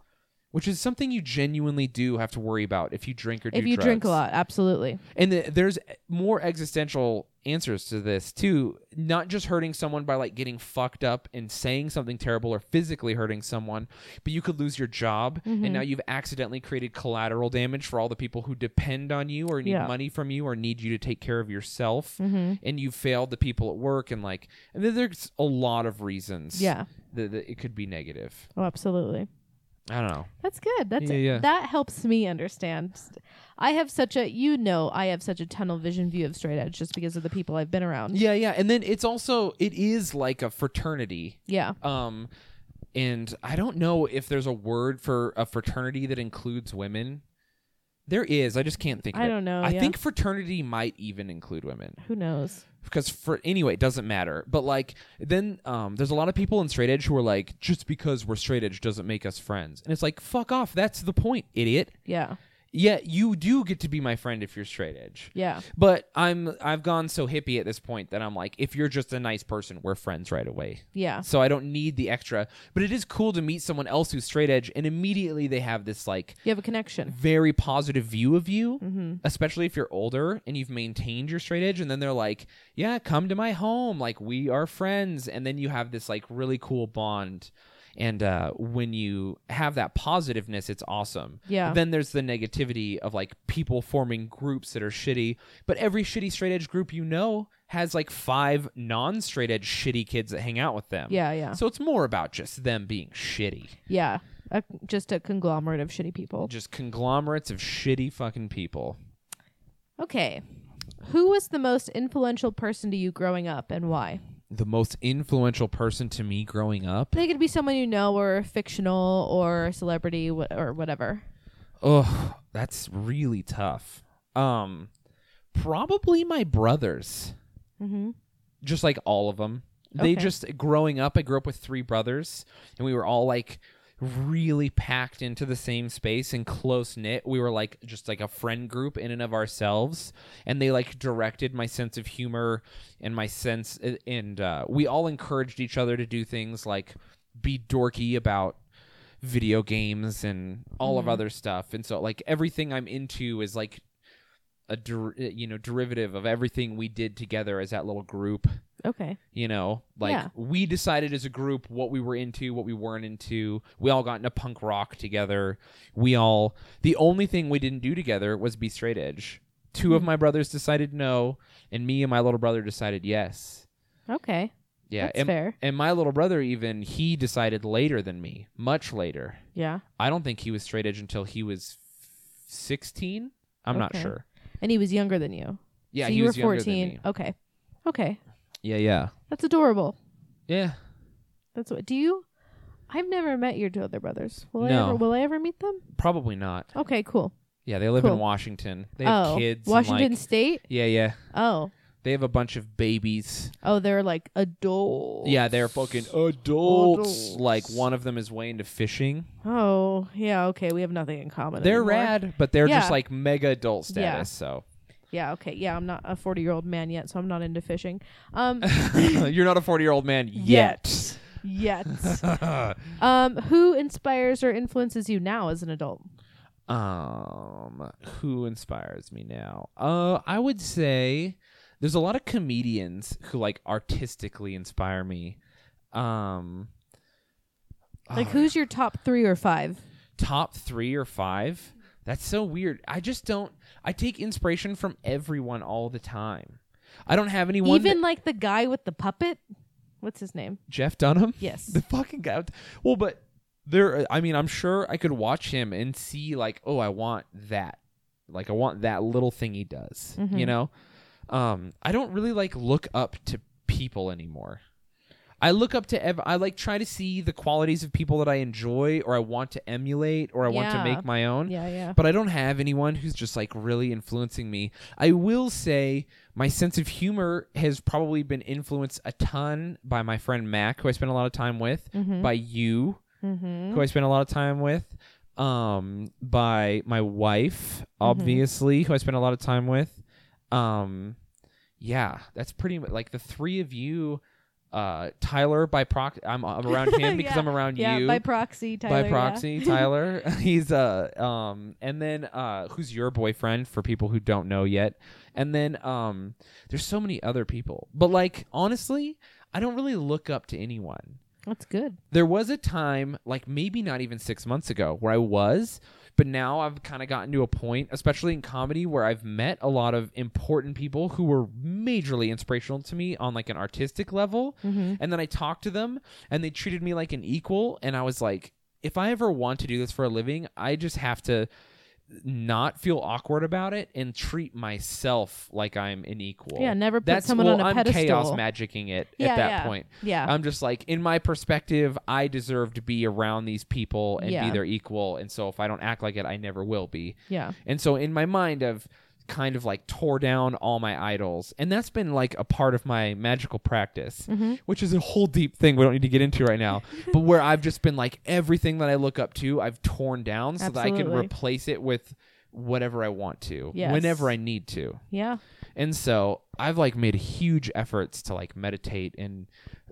which is something you genuinely do have to worry about if you drink or do
If you
drugs.
drink a lot, absolutely.
And the, there's uh, more existential answers to this too. Not just hurting someone by like getting fucked up and saying something terrible or physically hurting someone, but you could lose your job and now you've accidentally created collateral damage for all the people who depend on you or need
Yeah.
money from you or need you to take care of yourself
Mm-hmm.
and you failed the people at work and like and then there's a lot of reasons
Yeah.
that, that it could be negative.
Oh, absolutely.
I don't know.
That's good. That's
Yeah, yeah.
that helps me understand. I have such a you know I have such a tunnel vision view of straight edge just because of the people I've been around.
Yeah, yeah. And then it's also it is like a fraternity.
Yeah.
Um and I don't know if there's a word for a fraternity that includes women. There is. I just can't think of
I
it.
don't know,
I
yeah.
think fraternity might even include women.
Who knows?
Because for anyway, it doesn't matter. But like then um there's a lot of people in straight edge who are like, just because we're straight edge doesn't make us friends. And it's like, fuck off, that's the point, idiot.
Yeah.
Yeah, you do get to be my friend if you're straight edge.
Yeah.
But I'm I've gone so hippie at this point that I'm like, if you're just a nice person, we're friends right away.
Yeah.
So I don't need the extra. But it is cool to meet someone else who's straight edge and immediately they have this like
You have a connection.
very positive view of you,
Mm-hmm.
especially if you're older and you've maintained your straight edge. And then they're like, yeah, come to my home. Like, we are friends. And then you have this like really cool bond. And uh, when you have that positiveness, it's awesome.
Yeah.
Then there's the negativity of like people forming groups that are shitty. But every shitty straight edge group you know has like five non straight edge shitty kids that hang out with them.
Yeah, yeah.
So it's more about just them being shitty,
Yeah. A, just a conglomerate of shitty people.
just conglomerates of shitty fucking people.
Okay. Who was the most influential person to you growing up and why?
the most influential person to me growing up.
They could be someone you know or fictional or a celebrity wh- or whatever.
Oh, that's really tough. Um, probably my brothers.
Mhm.
Just like all of them. They
Okay.
just growing up. I grew up with three brothers, and we were all like really packed into the same space and close knit. We were like just like a friend group in and of ourselves, and they like directed my sense of humor and my sense. And uh, we all encouraged each other to do things like be dorky about video games and all of other stuff and so like everything i'm into is like a der- you know derivative of everything we did together as that little group
Okay.
you know like
Yeah.
we decided as a group what we were into what we weren't into we all got into punk rock together we all the only thing we didn't do together was be straight edge two
Hmm.
of my brothers decided no and me and my little brother decided yes
Okay.
yeah
That's
and,
fair.
and my little brother even he decided later than me much later
Yeah.
I don't think he was straight edge until he was 16. I'm not
Okay.
sure.
And he was younger than you.
Yeah,
so
he
you
was
were
younger
14.
Than me.
Okay. Okay.
Yeah, yeah,
That's adorable.
yeah.
That's what. Do you? I've never met your two other brothers. Will I
No.
ever? Will I ever meet them?
Probably not.
Okay, cool.
Yeah, they live in
Cool.
Washington. They have
oh,
kids. and,
Washington
like-
State.
yeah, yeah.
Oh,
They have a bunch of babies.
oh, they're like adults.
Yeah, they're fucking adults.
Adults.
Like one of them is way into fishing.
Oh, yeah. Okay, we have nothing in common.
They're
anymore.
rad, but they're
Yeah.
just like mega adult status.
Yeah.
So (laughs)
Yeah. Okay. Yeah, I'm not a 40 year old man yet, so I'm not into fishing.
(laughs)
Um,
you're not a 40 year old man yet. (laughs)
yet. um, who inspires or influences you now as an adult?
Um, who inspires me now? Uh, I would say there's a lot of comedians who like artistically inspire me. Um,
Like,
oh,
who's your top three or five?
top three or five? That's so weird. I just don't. I take inspiration from everyone all the time. I don't have anyone.
Even
that-
like the guy with the puppet. What's his name?
Jeff Dunham. (laughs)
Yes.
the fucking guy. with- Well, but there. I mean, I'm sure I could watch him and see like, oh, I want that. Like, I want that little thing he does.
Mm-hmm.
You know, um, I don't really like look up to people anymore. I look up to ev- I like try to see the qualities of people that I enjoy or I want to emulate or I want to
Yeah.
make my own
(laughs) Yeah, yeah.
but I don't have anyone who's just like really influencing me. I will say my sense of humor has probably been influenced a ton by my friend Mac, who I spent a lot of time with, by you,
Mm-hmm.
who I spent a lot of time with, um, by my
Mm-hmm.
wife, obviously, who I spent a lot of time with. Um, yeah, that's pretty much like the three of you. uh, Tyler by proxy. I'm, I'm
(laughs)
around him because
Yeah.
I'm around
yeah,
you
by proxy, Tyler.
by
yeah.
proxy,
(laughs)
Tyler. (laughs) He's uh um and then uh who's your boyfriend for people who don't know yet. And then um there's so many other people. But like honestly, I don't really look up to anyone.
That's good.
There was a time like maybe not even 6 months ago where I was, but now I've kind of gotten to a point especially in comedy where I've met a lot of important people who were majorly inspirational to me on like an artistic level
Mm-hmm.
and then I talked to them and they treated me like an equal and I was like if I ever want to do this for a living I just have to not feel awkward about it and treat myself like I'm an equal.
Yeah, never put someone
well,
on a
I'm chaos
pedestal.
magicking it
Yeah,
at that
yeah,
point.
yeah.
I'm just like in my perspective I deserve to be around these people and
Yeah.
be their equal and so if I don't act like it I never will be.
Yeah.
And so in my mind, I've kind of like tore down all my idols. And that's been like a part of my magical practice,
Mm-hmm.
which is a whole deep thing we don't need to get into right
(laughs)
now. but where I've just been like everything that I look up to, I've torn down so that I can
Absolutely.
replace it with whatever I want to,
Yes.
whenever I need to.
Yeah.
And so I've like made huge efforts to like meditate and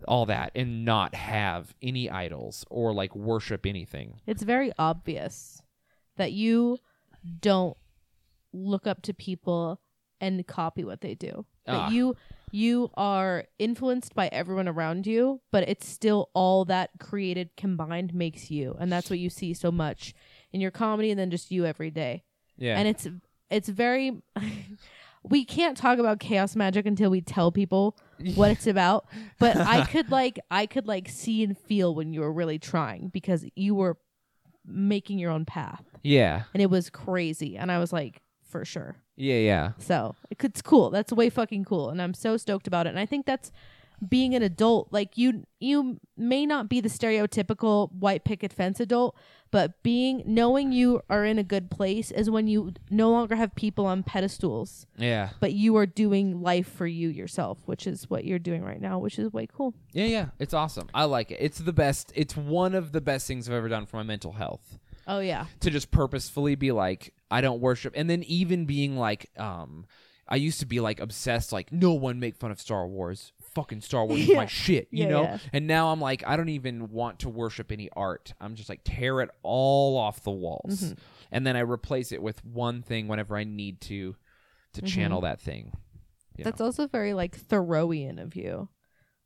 all that and not have any idols or like worship anything.
It's very obvious that you don't look up to people and copy what they do.
Ah.
That you you are influenced by everyone around you, but it's still all that created combined makes you. And that's what you see so much in your comedy and then just you every day.
Yeah.
And it's it's very (laughs) we can't talk about chaos magic until we tell people
(laughs)
what it's about, but I could like I could like see and feel when you were really trying because you were making your own path
yeah.
and it was crazy and I was like for sure.
Yeah. Yeah.
So it- it's cool. That's way fucking cool, and I'm so stoked about it. And I think that's being an adult. Like you, you may not be the stereotypical white picket fence adult, but being knowing you are in a good place is when you no longer have people on pedestals,
Yeah.
but you are doing life for you yourself, which is what you're doing right now, which is way cool.
Yeah, yeah, it's awesome. I like it. It's the best. It's one of the best things I've ever done for my mental health.
Oh yeah,
To just purposefully be like, I don't worship, and then even being like, um, I used to be like obsessed, like no one make fun of Star Wars. Fucking Star Wars is my
(laughs) Yeah.
shit, you
Yeah,
know.
yeah.
And now I'm like, I don't even want to worship any art. I'm just like tear it all off the walls,
Mm-hmm.
and then I replace it with one thing whenever I need to,
Mm-hmm.
to channel that thing. Yeah.
that's also very like Thoreauian of you,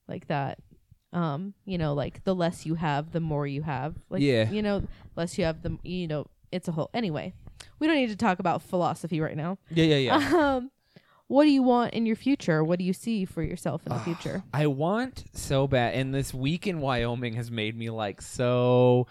like that. Um, you know, like the less you have, the more you have. Like,
Yeah.
You know, less you have, the you know, it's a whole. Anyway, we don't need to talk about philosophy right now.
Yeah, yeah, yeah.
(laughs) Um, what do you want in your future? What do you see for yourself in
(sighs)
the future?
I want so bad, and this week in Wyoming has made me like so.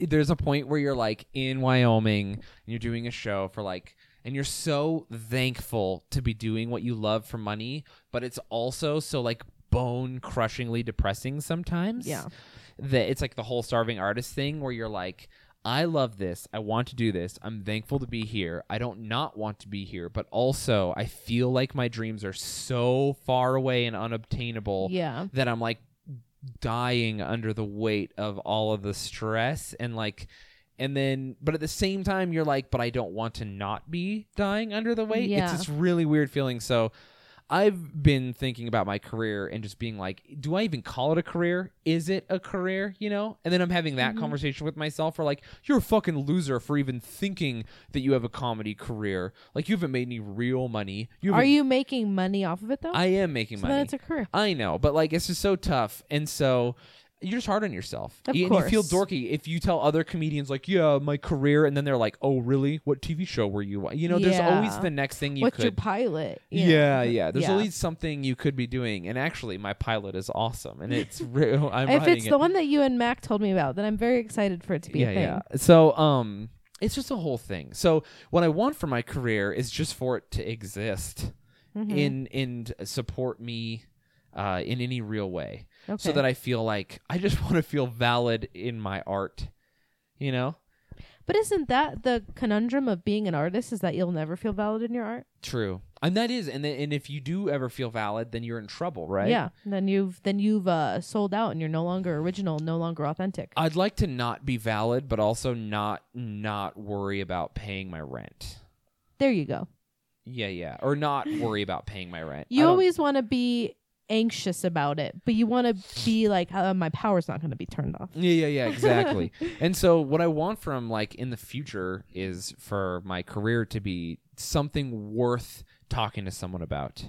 There's a point where you're like in Wyoming and you're doing a show for like, and you're so thankful to be doing what you love for money, but it's also so like bone crushingly depressing sometimes.
Yeah.
That it's like the whole starving artist thing where you're like, I love this. I want to do this. I'm thankful to be here. I don't not want to be here, but also I feel like my dreams are so far away and unobtainable
Yeah.
that I'm like dying under the weight of all of the stress and like and then but at the same time you're like but I don't want to not be dying under the weight.
Yeah.
It's this really weird feeling. So I've been thinking about my career and just being like, do I even call it a career? Is it a career? You know? And then I'm having
Mm-hmm.
that conversation with myself, or like, you're a fucking loser for even thinking that you have a comedy career. Like, you haven't made any real money. You
Are
haven't-
you making money off of it though?
I am making
so
money.
then it's a career.
I know, but like it's just so tough, and so you're just hard on yourself.
Of
You- and you feel
course.
dorky if you tell other comedians like, "Yeah, my career," and then they're like, "Oh, really? What TV show were you?" on?" You know, there's always
Yeah.
the next thing you
What's
could.
your pilot? You know?
yeah, yeah. There's
Yeah.
always something you could be doing, and actually, my pilot is awesome, and
(laughs)
it's real. I'm
If
writing
it's
it.
the one that you and Mac told me about, then I'm very excited for it to be
yeah,
a thing.
yeah. So, um, it's just a whole thing. So, what I want for my career is just for it to exist,
Mm-hmm.
in and support me, uh, in any real way. so
Okay.
that I feel like (laughs) I just want to feel valid in my art, you know?
But isn't that the conundrum of being an artist? Is that you'll never feel valid in your art?
True, and that is, and then, and if you do ever feel valid, then you're in trouble, right?
Yeah. Then you've then you've uh, sold out, and you're no longer original, no longer authentic.
I'd like to not be valid, but also not not worry about paying my rent.
there you go.
Yeah, yeah, or not worry about paying my rent. I
You
don't-
always want to be anxious about it, but you want to be like, uh, my power's not going to be turned off.
Yeah, yeah, yeah, exactly. and so what I want from like in the future is for my career to be something worth talking to someone about.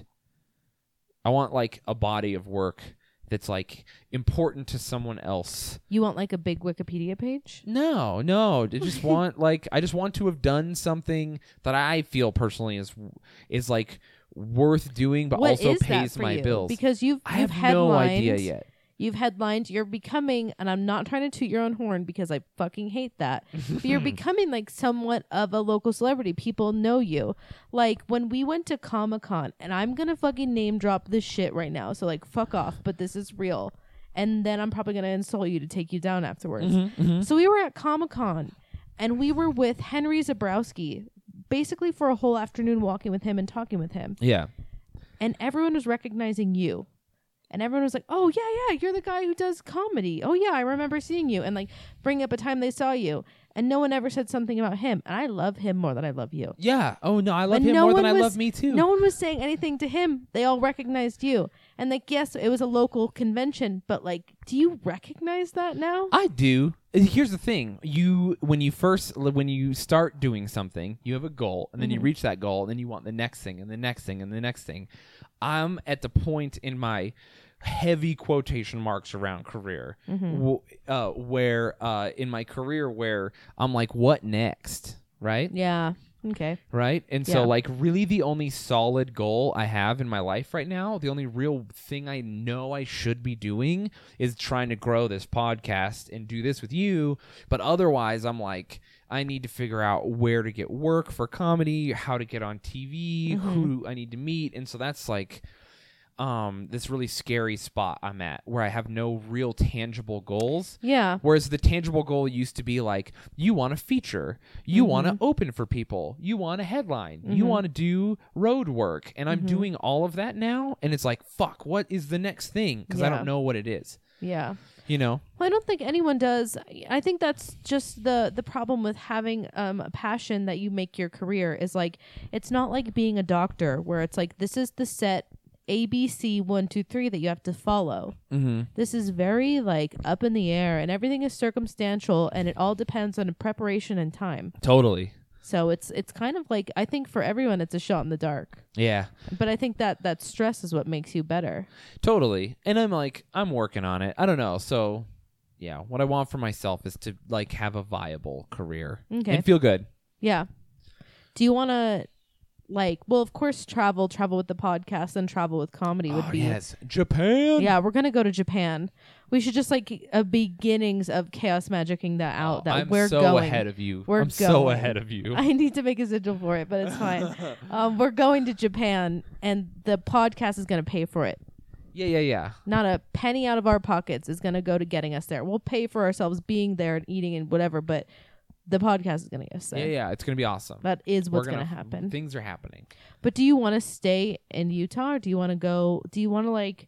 I want like a body of work that's like important to someone else.
You want like a big Wikipedia page?
No, no, I
(laughs)
just want like I just want to have done something that I feel personally is is like worth doing but
What
also
is that
pays
for
my
you?
bills.
Because you've,
I
you've
have
headlined,
no idea yet.
You've headlined. You're becoming, and I'm not trying to toot your own horn because I fucking hate that. but you're becoming like somewhat of a local celebrity. People know you. Like when we went to Comic Con, and I'm gonna fucking name drop this shit right now. So like, fuck off. But this is real. And then I'm probably gonna insult you to take you down afterwards. So we were at Comic Con, and we were with Henry Zabrowski, basically for a whole afternoon, walking with him and talking with him
Yeah.
and everyone was recognizing you and everyone was like oh yeah yeah you're the guy who does comedy oh yeah i remember seeing you and like bring up a time they saw you and no one ever said something about him and i love him more than i love you
Yeah. Oh no, I love
But
him
no
more than
one
I
was-
love me too.
no one was saying anything to him they all recognized you and like yes it was a local convention but like do you recognize that now
I do. Here's the thing: you when you first when you start doing something, you have a goal, and then you reach that goal, and then you want the next thing, and the next thing, and the next thing. I'm at the point in my heavy quotation marks around career,
Mm.
w- uh, where uh, in my career where I'm like, what next, right?
yeah okay
right? And so
Yeah.
like really the only solid goal I have in my life right now, the only real thing I know I should be doing is trying to grow this podcast and do this with you, but otherwise I'm like I need to figure out where to get work for comedy, how to get on TV, who I need to meet, and so that's like um this really scary spot I'm at where I have no real tangible goals.
yeah
Whereas the tangible goal used to be like, you want to feature, you
Mm-hmm.
want to open for people, you want to headline, you want to do road work. And
Mm-hmm.
I'm doing all of that now. And it's like, fuck, what is the next thing? Because I
Yeah.
don't know what it is,
yeah
you know?
Well, I don't think anyone does. I- I think that's just the the problem with having um, a passion that you make your career is like it's not like being a doctor where it's like this is the set A B C one two three that you have to follow.
Mm-hmm.
This is very like up in the air and everything is circumstantial and it all depends on preparation and time.
Totally.
So it's it's kind of like I think for everyone it's a shot in the dark.
Yeah.
But I think that that stress is what makes you better.
Totally. And I'm like, I'm working on it. I don't know. So, yeah, what I want for myself is to like have a viable career
Okay.
and feel good.
Yeah. Do you want to like well of course travel travel with the podcast and travel with comedy would
Oh,
be
yes. Japan.
Yeah, we're going to go to Japan. We should just like a beginnings of chaos magicking that out that
I'm
we're
so
going
ahead of you.
We're
I'm so
going.
ahead of you.
(laughs) I need to make a sigil for it, but
(laughs)
it's fine. um, we're going to Japan and the podcast is going to pay for it.
yeah, yeah, yeah.
Not a penny out of our pockets is going to go to getting us there. We'll pay for ourselves being there and eating and whatever, but the podcast is going to get us there.
Yeah, yeah. It's going to be awesome.
That is
We're
what's going to
gonna-
happen.
Things are happening.
But do you want to stay in Utah or do you want to go? Do you want to like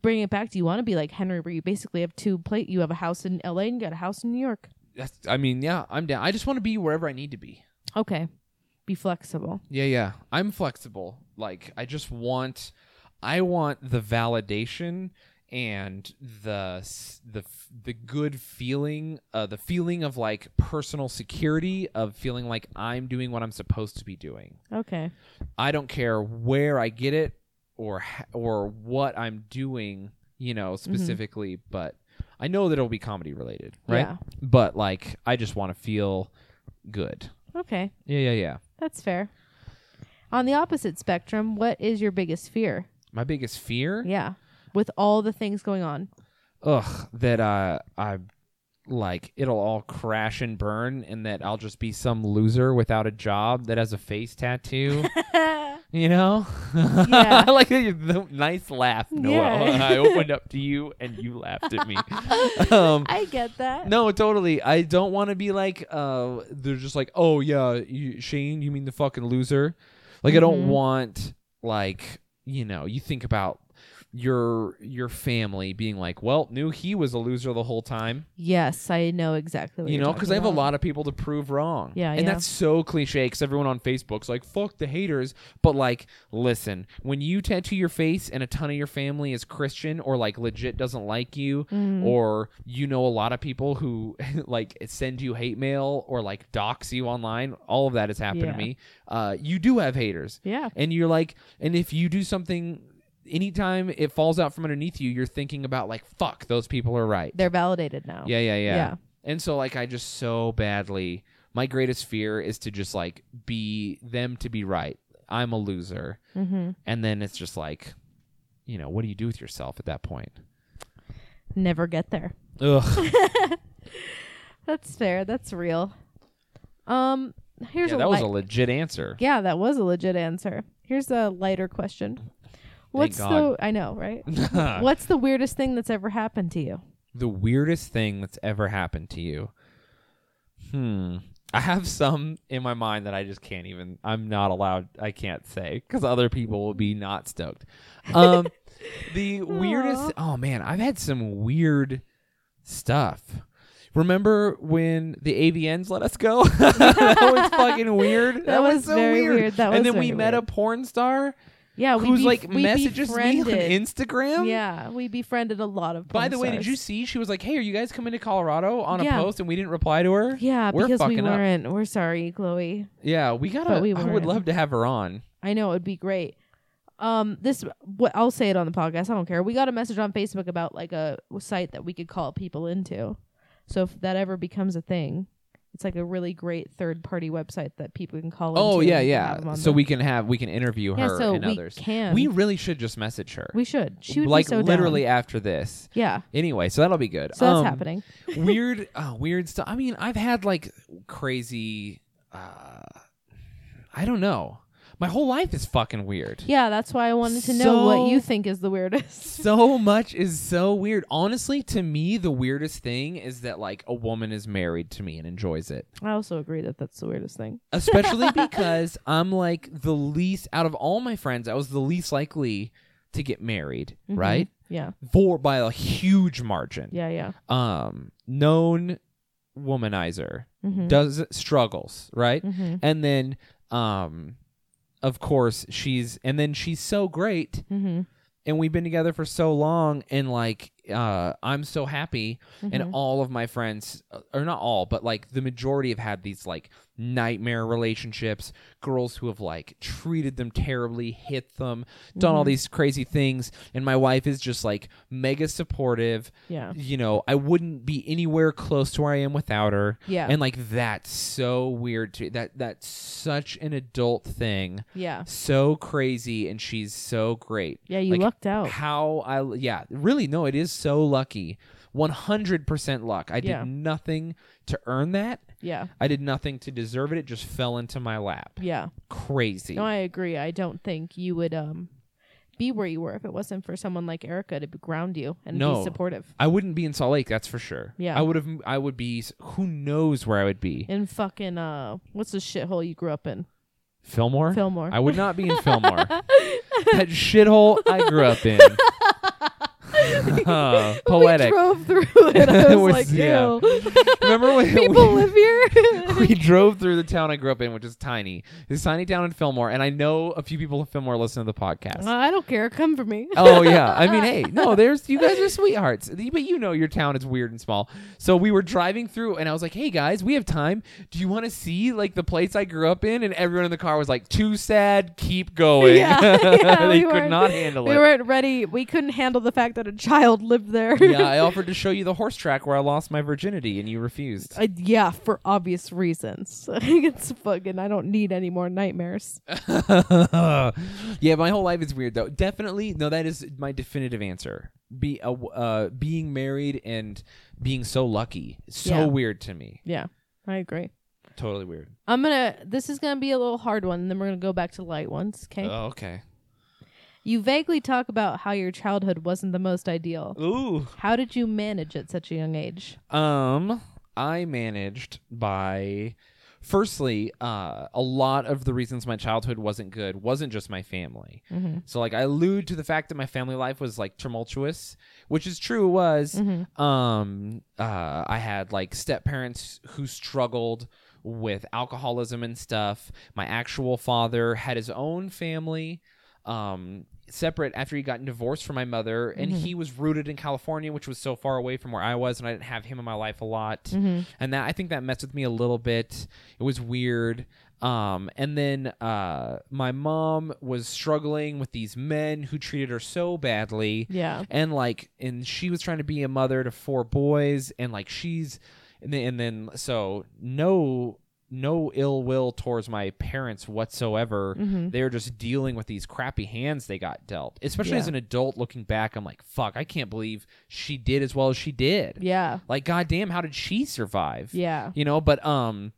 bring it back? Do you want to be like Henry, where you basically have two plate? You have a house in LA and you got a house in New York.
That's, I mean, yeah, I'm down. I just want to be wherever I need to be.
Okay, be flexible.
Yeah, yeah. I'm flexible. Like I just want I want the validation and the s- the f- the good feeling, uh the feeling of like personal security of feeling like I'm doing what I'm supposed to be doing.
Okay,
I don't care where I get it or h- or what I'm doing, you know, specifically, but I know that it'll be comedy related, right?
Mm-hmm. Yeah.
But like I just want to feel good.
okay,
Yeah, yeah, yeah.
that's fair. On the opposite spectrum, what is your biggest fear?
My biggest fear?
Yeah, with all the things going (laughs) on.
Ugh, that uh I like it'll all crash and burn and that I'll just be some loser without a job that has a face
(laughs)
tattoo. You know?
Yeah.
(laughs) I like the, the nice laugh, Noel. (laughs)
Yeah.
I opened up to you and you laughed
(laughs)
at me. Um,
I get that.
no, totally. I don't want to be like, uh, they're just like, oh, yeah, you, Shane, you mean
Mm-hmm.
the fucking loser? Like, I don't want, like, you know, you think about your your family being like, well, knew he was a loser the whole time.
Yes, I know exactly what
you
you're
know,
talking
because I have a
about.
lot of people to prove wrong.
Yeah,
and
yeah.
that's so cliche because everyone on Facebook's like, "Fuck the haters," but like, listen, when you tattoo your face and a ton of your family is Christian or like legit doesn't like you,
Mm-hmm.
or you know a lot of people who (laughs) like send you hate mail or like dox you online, all of that has happened
Yeah.
to me. Uh, you do have haters.
Yeah.
And you're like, and if you do something. Anytime it falls out from underneath you, you're thinking about like, "Fuck, those people are right."
They're validated now.
Yeah, yeah, yeah.
Yeah.
And so like I just so badly my greatest fear is to just like be them to be right. I'm a loser.
Mhm.
And then it's just like you know, what do you do with yourself at that point?
Never get there.
Ugh.
That's fair. That's real. Um, here's
yeah,
a
that was
li-
a legit answer.
yeah, that was a legit answer. Here's a lighter question. What's
God.
the I
(laughs)
know right? What's the weirdest thing that's ever happened to you?
the weirdest thing that's ever happened to you? Hmm. I have some in my mind that I just can't even. I'm not allowed. I can't say because other people will be not stoked.
(laughs)
Um, the weirdest. Oh man, I've had some weird stuff. Remember when the AVNs let us go? (laughs) that
(laughs)
was fucking weird. That,
was
so
very
weird.
weird. That was
and then we
very
met a
weird.
porn star
Yeah, we
who's
bef-
like
we
messages me on
befriended.
Instagram.
Yeah, we befriended a lot of.
By
porn
the way, did
stars.
you see? She was like, "Hey, are you guys coming to Colorado on
Yeah.
a post?" And we didn't reply to her.
Yeah,
we're
because we
fucking up.
weren't. We're sorry, Chloe.
Yeah, we gotta.
But we
I would
weren't.
love to have her on.
I know it would be great. Um, this what I'll say it on the podcast. I don't care. We got a message on Facebook about like a site that we could call people into. So if that ever becomes a thing, it's like a really great third party website that people can call.
Oh
into
yeah,
and have 'em
yeah.
on
So
there.
we can have we can interview
yeah,
her
so
and
we
others.
can.
We really should just message her.
we should. She would
like
be so down.
literally after this.
Yeah.
Anyway, so that'll be good.
So that's
Um,
happening. (laughs)
weird, uh, weird stuff. I mean, I've had like crazy. Uh, I don't know. My whole life is fucking weird.
Yeah, that's why I wanted to know what you
So-
think is the weirdest. (laughs)
so much is so weird. Honestly, to me, the weirdest thing is that like a woman is married to me and enjoys it.
I also agree that that's the weirdest thing.
Especially because I'm like the least out of all my friends, I was the least likely to get married, right?
Mm-hmm. Yeah.
For by a huge margin.
Yeah. Yeah.
Um known womanizer
Mhm.
does struggles, right?
Mhm.
And then um of course she's and then she's so great
Mhm.
and we've been together for so long and like uh i'm so happy
Mm-hmm.
and all of my friends uh, or not all but like the majority have had these like nightmare relationships girls who have like treated them terribly hit them done
Mm-hmm.
all these crazy things and my wife is just like mega supportive
Yeah.
you know i wouldn't be anywhere close to where i am without her
Yeah.
and like that's so weird to that that's such an adult thing
Yeah.
so crazy and she's so great.
Yeah, you
Like,
lucked out.
How I yeah, really no, it is so lucky. 100% luck. I
Yeah.
did nothing to earn that.
Yeah.
I did nothing to deserve it. It just fell into my lap.
Yeah.
Crazy.
No, I agree. I don't think you would um be where you were if it wasn't for someone like Erica to b- ground you and
No.
be supportive
I wouldn't be in Salt Lake, that's for sure.
Yeah.
I would have I would be who knows where I would be.
in fucking uh what's the shithole you grew up in?
Fillmore?
Fillmore.
I would not be in Fillmore. that shithole I grew up
(laughs)
in. Poetic.
(laughs) We
(laughs)
drove through it. I
It was-
was, like,
yeah.
ew.
Remember when
People
(laughs) we,
live here.
(laughs) we drove through the town I grew up in, which is tiny. This tiny town in Fillmore, and I know a few people in Fillmore listen to the podcast.
(laughs) Uh, I don't care. Come
(laughs)
for me. (laughs)
oh yeah, I mean, hey, no, there's you guys are sweethearts, but you know your town is weird and small. So we were driving through, and I was like, "Hey guys, we have time. Do you want to see like the place I grew up in?" And everyone in the car was like, "Too sad. Keep going." (laughs) they
we
could
weren't-
not handle
We
it.
weren't ready. We couldn't handle the fact that a child lived there.
yeah,
(laughs)
I offered to show you the horse track where I lost my virginity, and you refused.
Uh, yeah, for obvious reasons. (laughs) it's fucking. I don't need any more nightmares.
(laughs) yeah, my whole life is weird though. Definitely, no, that is my definitive answer. Be uh, uh, being married and being so lucky, so
Yeah.
weird to me.
Yeah, I agree.
Totally weird.
I'm gonna. This is gonna be a little hard one. And then we're gonna go back to light ones. Okay.
Oh, okay.
You vaguely talk about how your childhood wasn't the most ideal.
Ooh.
How did you manage at such a young age?
Um, I managed by firstly, uh, a lot of the reasons my childhood wasn't good wasn't just my family. So, like, I allude to the fact that my family life was like tumultuous, which is true. It was. Um, uh, I had like step parents who struggled with alcoholism and stuff. My actual father had his own family. Um, separate after he got divorced from my mother and he was rooted in California which was so far away from where I was and I didn't have him in my life a lot
Mm.
and that I think that messed with me a little bit it was weird um and then uh my mom was struggling with these men who treated her so badly
Yeah.
and like and she was trying to be a mother to four boys and like she's and then, and then so no no ill will towards my parents whatsoever
Mm-hmm.
they're just dealing with these crappy hands they got dealt especially
Yeah.
as an adult looking back i'm like fuck i can't believe she did as well as she did
Yeah.
like goddamn how did she survive
Yeah.
you know but um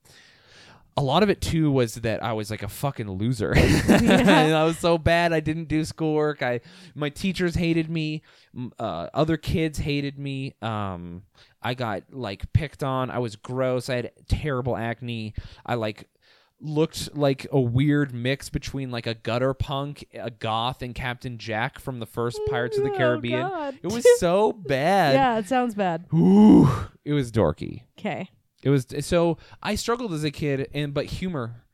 a lot of it too was that I was like a fucking loser. (laughs) and I was so bad. I didn't do schoolwork. I my teachers hated me. M- Uh, other kids hated me. Um, I got like picked on. I was gross. I had terrible acne. I like looked like a weird mix between like a gutter punk, a goth, and Captain Jack from the first Pirates of the
Oh,
Caribbean.
God.
It
(laughs)
was so bad.
Yeah, it sounds bad.
Ooh, it was dorky.
Okay.
It was so I struggled as a kid, and but humor.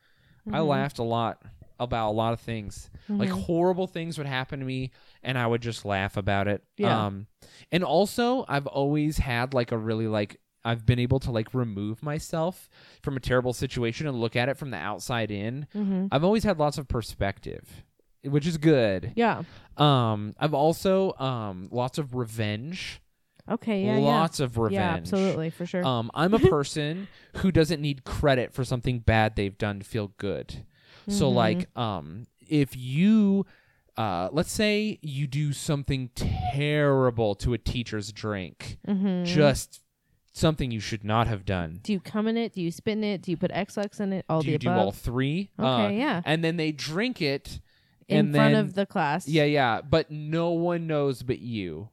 I
Mm-hmm,
laughed a lot about a lot of things. Like horrible things would happen to me, and I would just laugh about it.
Yeah.
Um, and also, I've always had like a really like I've been able to like remove myself from a terrible situation and look at it from the outside in.
mm-hmm.
I've always had lots of perspective, which is good.
Yeah.
Um, I've also um lots of revenge.
Okay. Yeah.
lots of
yeah.
revenge.
Yeah. Absolutely. For sure.
Um, I'm a person who doesn't need credit for something bad they've done to feel good. So,
Mm-hmm.
like, um, if you, uh, let's say you do something terrible to a teacher's drink, just something you should not have done.
Mm-hmm. do you cum in it? Do you spit in it? Do you put XX in it? All
do
the
you do
above.
all three?
Okay,
Uh,
yeah.
And then they drink it
in
and
front
then-
of the class.
Yeah, yeah, but no one knows but you.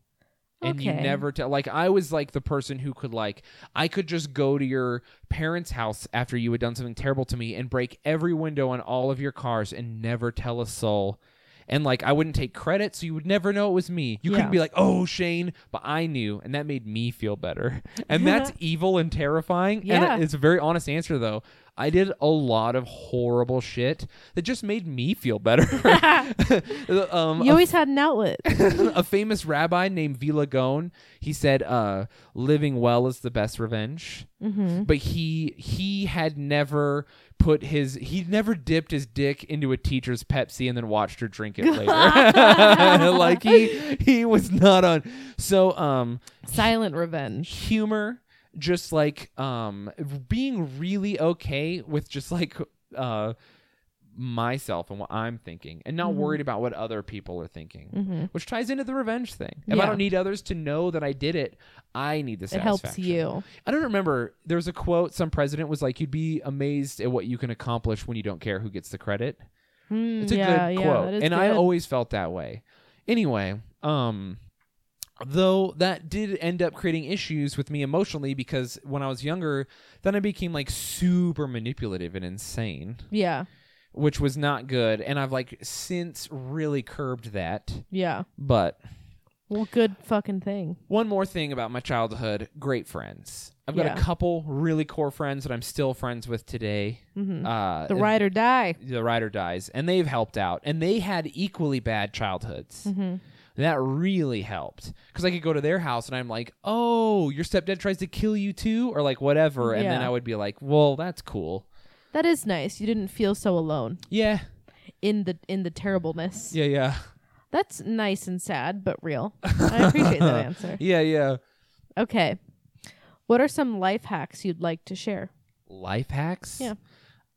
And you
Okay.
never tell. Like I was like the person who could like I could just go to your parents' house after you had done something terrible to me and break every window on all of your cars and never tell a soul. And like I wouldn't take credit, so you would never know it was me. You
Yeah.
couldn't be like, "Oh, Shane," but I knew, and that made me feel better. (laughs) And that's
(laughs)
evil and terrifying.
Yeah.
And uh, it's a very honest answer though. I did a lot of horrible shit that just made me feel better. (laughs) um,
You always had an outlet.
(laughs) a famous rabbi named Vila Gon, he said, uh, "Living well is the best revenge."
Mm-hmm.
But he he had never put his he never dipped his dick into a teacher's Pepsi and then watched her drink it later. (laughs) like he he was not on. So um,
Silent revenge.
humor just like um being really okay with just like uh myself and what i'm thinking and
Mm-hmm.
not worried about what other people are thinking which ties into the revenge thing if
Mm. Yeah.
i don't need others to know that i did it i need the
It
satisfaction
helps you.
i don't remember there was a quote some president was like you'd be amazed at what you can accomplish when you don't care who gets the credit
Mm,
it's a
yeah,
good
yeah,
quote.
that
and
is
I
good.
always felt that way. Anyway, um though that did end up creating issues with me emotionally because when I was younger, then I became like super manipulative and insane,
Yeah.
which was not good and I've like since really curbed that.
Yeah.
But
Well, good fucking thing.
one more thing about my childhood great friends. I've got
Yeah.
a couple really core friends that I'm still friends with today. Uh,
Mm-hmm. The ride or die.
the rider dies and they've helped out and they had equally bad childhoods
Mm-hmm.
that really helped because i could go to their house and i'm like oh your stepdad tries to kill you too or like whatever and then
Yeah.
i would be like well that's cool
That is nice. You didn't feel so alone
yeah
in the in the terribleness.
yeah
(laughs)
yeah
That's nice and sad, but
(laughs)
real. I appreciate that answer.
yeah yeah
Okay. What are some life hacks you'd like to share?
life hacks
Yeah.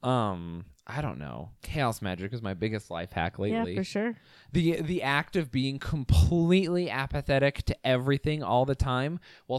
um i don't know chaos magic is my biggest life hack lately
Yeah, for sure.
the the act of being completely apathetic to everything all the time while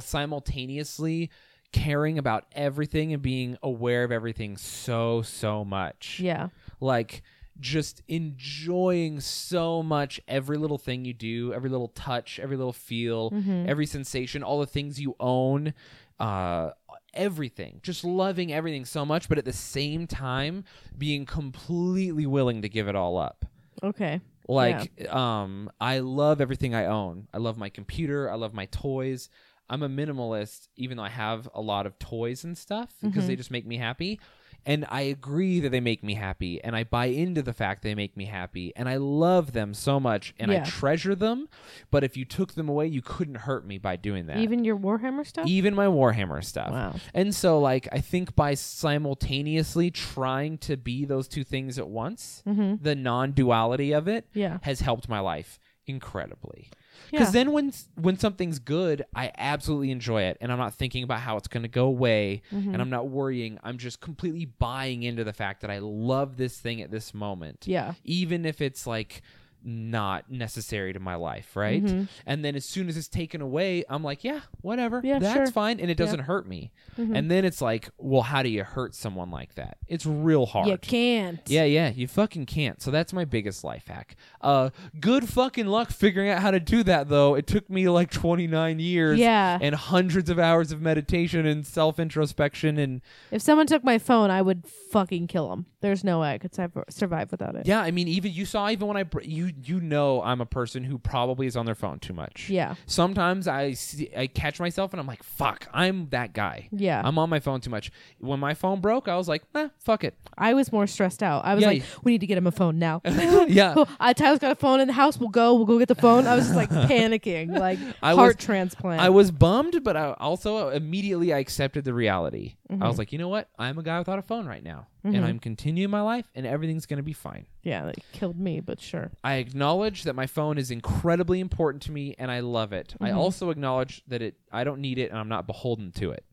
simultaneously caring about everything and being aware of everything so so much
Yeah.
like just enjoying so much every little thing you do every little touch every little feel every sensation all the things you own uh everything, just loving everything so much, but at the same time being completely willing to give it all up.
Okay.
Like, um, I love everything I own. I love my computer. I love my toys. I'm a minimalist, even though I have a lot of toys and stuff because
Mm-hmm.
they just make me happy. And I agree that they make me happy, and I buy into the fact they make me happy, and I love them so much, and
Yeah.
I treasure them. But if you took them away, you couldn't hurt me by doing that.
Even your Warhammer stuff?
even my Warhammer stuff.
Wow.
And so, like, I think by simultaneously trying to be those two things at once,
Mm-hmm.
the non duality of it
Yeah.
has helped my life incredibly.
Yeah.
Because then when when something's good, I absolutely enjoy it, and I'm not thinking about how it's going to go away,
Mm-hmm.
and I'm not worrying. I'm just completely buying into the fact that I love this thing at this moment,
Yeah.
even if it's like not necessary to my life, right?
Mm-hmm.
And then as soon as it's taken away, I'm like, yeah, whatever,
Yeah, Mm-hmm.
that's
sure.
fine, and it doesn't hurt me. And then it's like, well, how do you hurt someone like that? It's real hard.
You can't.
Yeah, yeah, you fucking can't. So that's my biggest life hack. Uh, good fucking luck figuring out how to do that though. It took me like 29 years
Yeah.
and hundreds of hours of meditation and self-introspection and
If someone took my phone, I would fucking kill them. There's no way I could survive- survive without it.
yeah, I mean even you saw even when I br- you you know I'm a person who probably is on their phone too much.
Yeah.
Sometimes I see, I catch myself and I'm like, "Fuck, I'm that guy."
Yeah.
I'm on my phone too much. When my phone broke, I was like, "Eh, fuck it." (laughs)
I was more stressed out. I was
Yeah,
like,
y-
we need to get him a
(laughs)
phone now.
yeah.
Cool. Uh, Tyler's got a phone in the house. We'll go. We'll go get the phone. I was
(laughs)
just like panicking, like
I
heart
was-
transplant.
I was bummed, but I also immediately I accepted the reality. I was like, you know what? I'm a guy without a phone right now, and I'm continuing my life, and everything's gonna be fine.
yeah, like killed me, but sure.
I acknowledge that my phone is incredibly important to me, and I love it. I also acknowledge that it I don't need it, and I'm not beholden to it.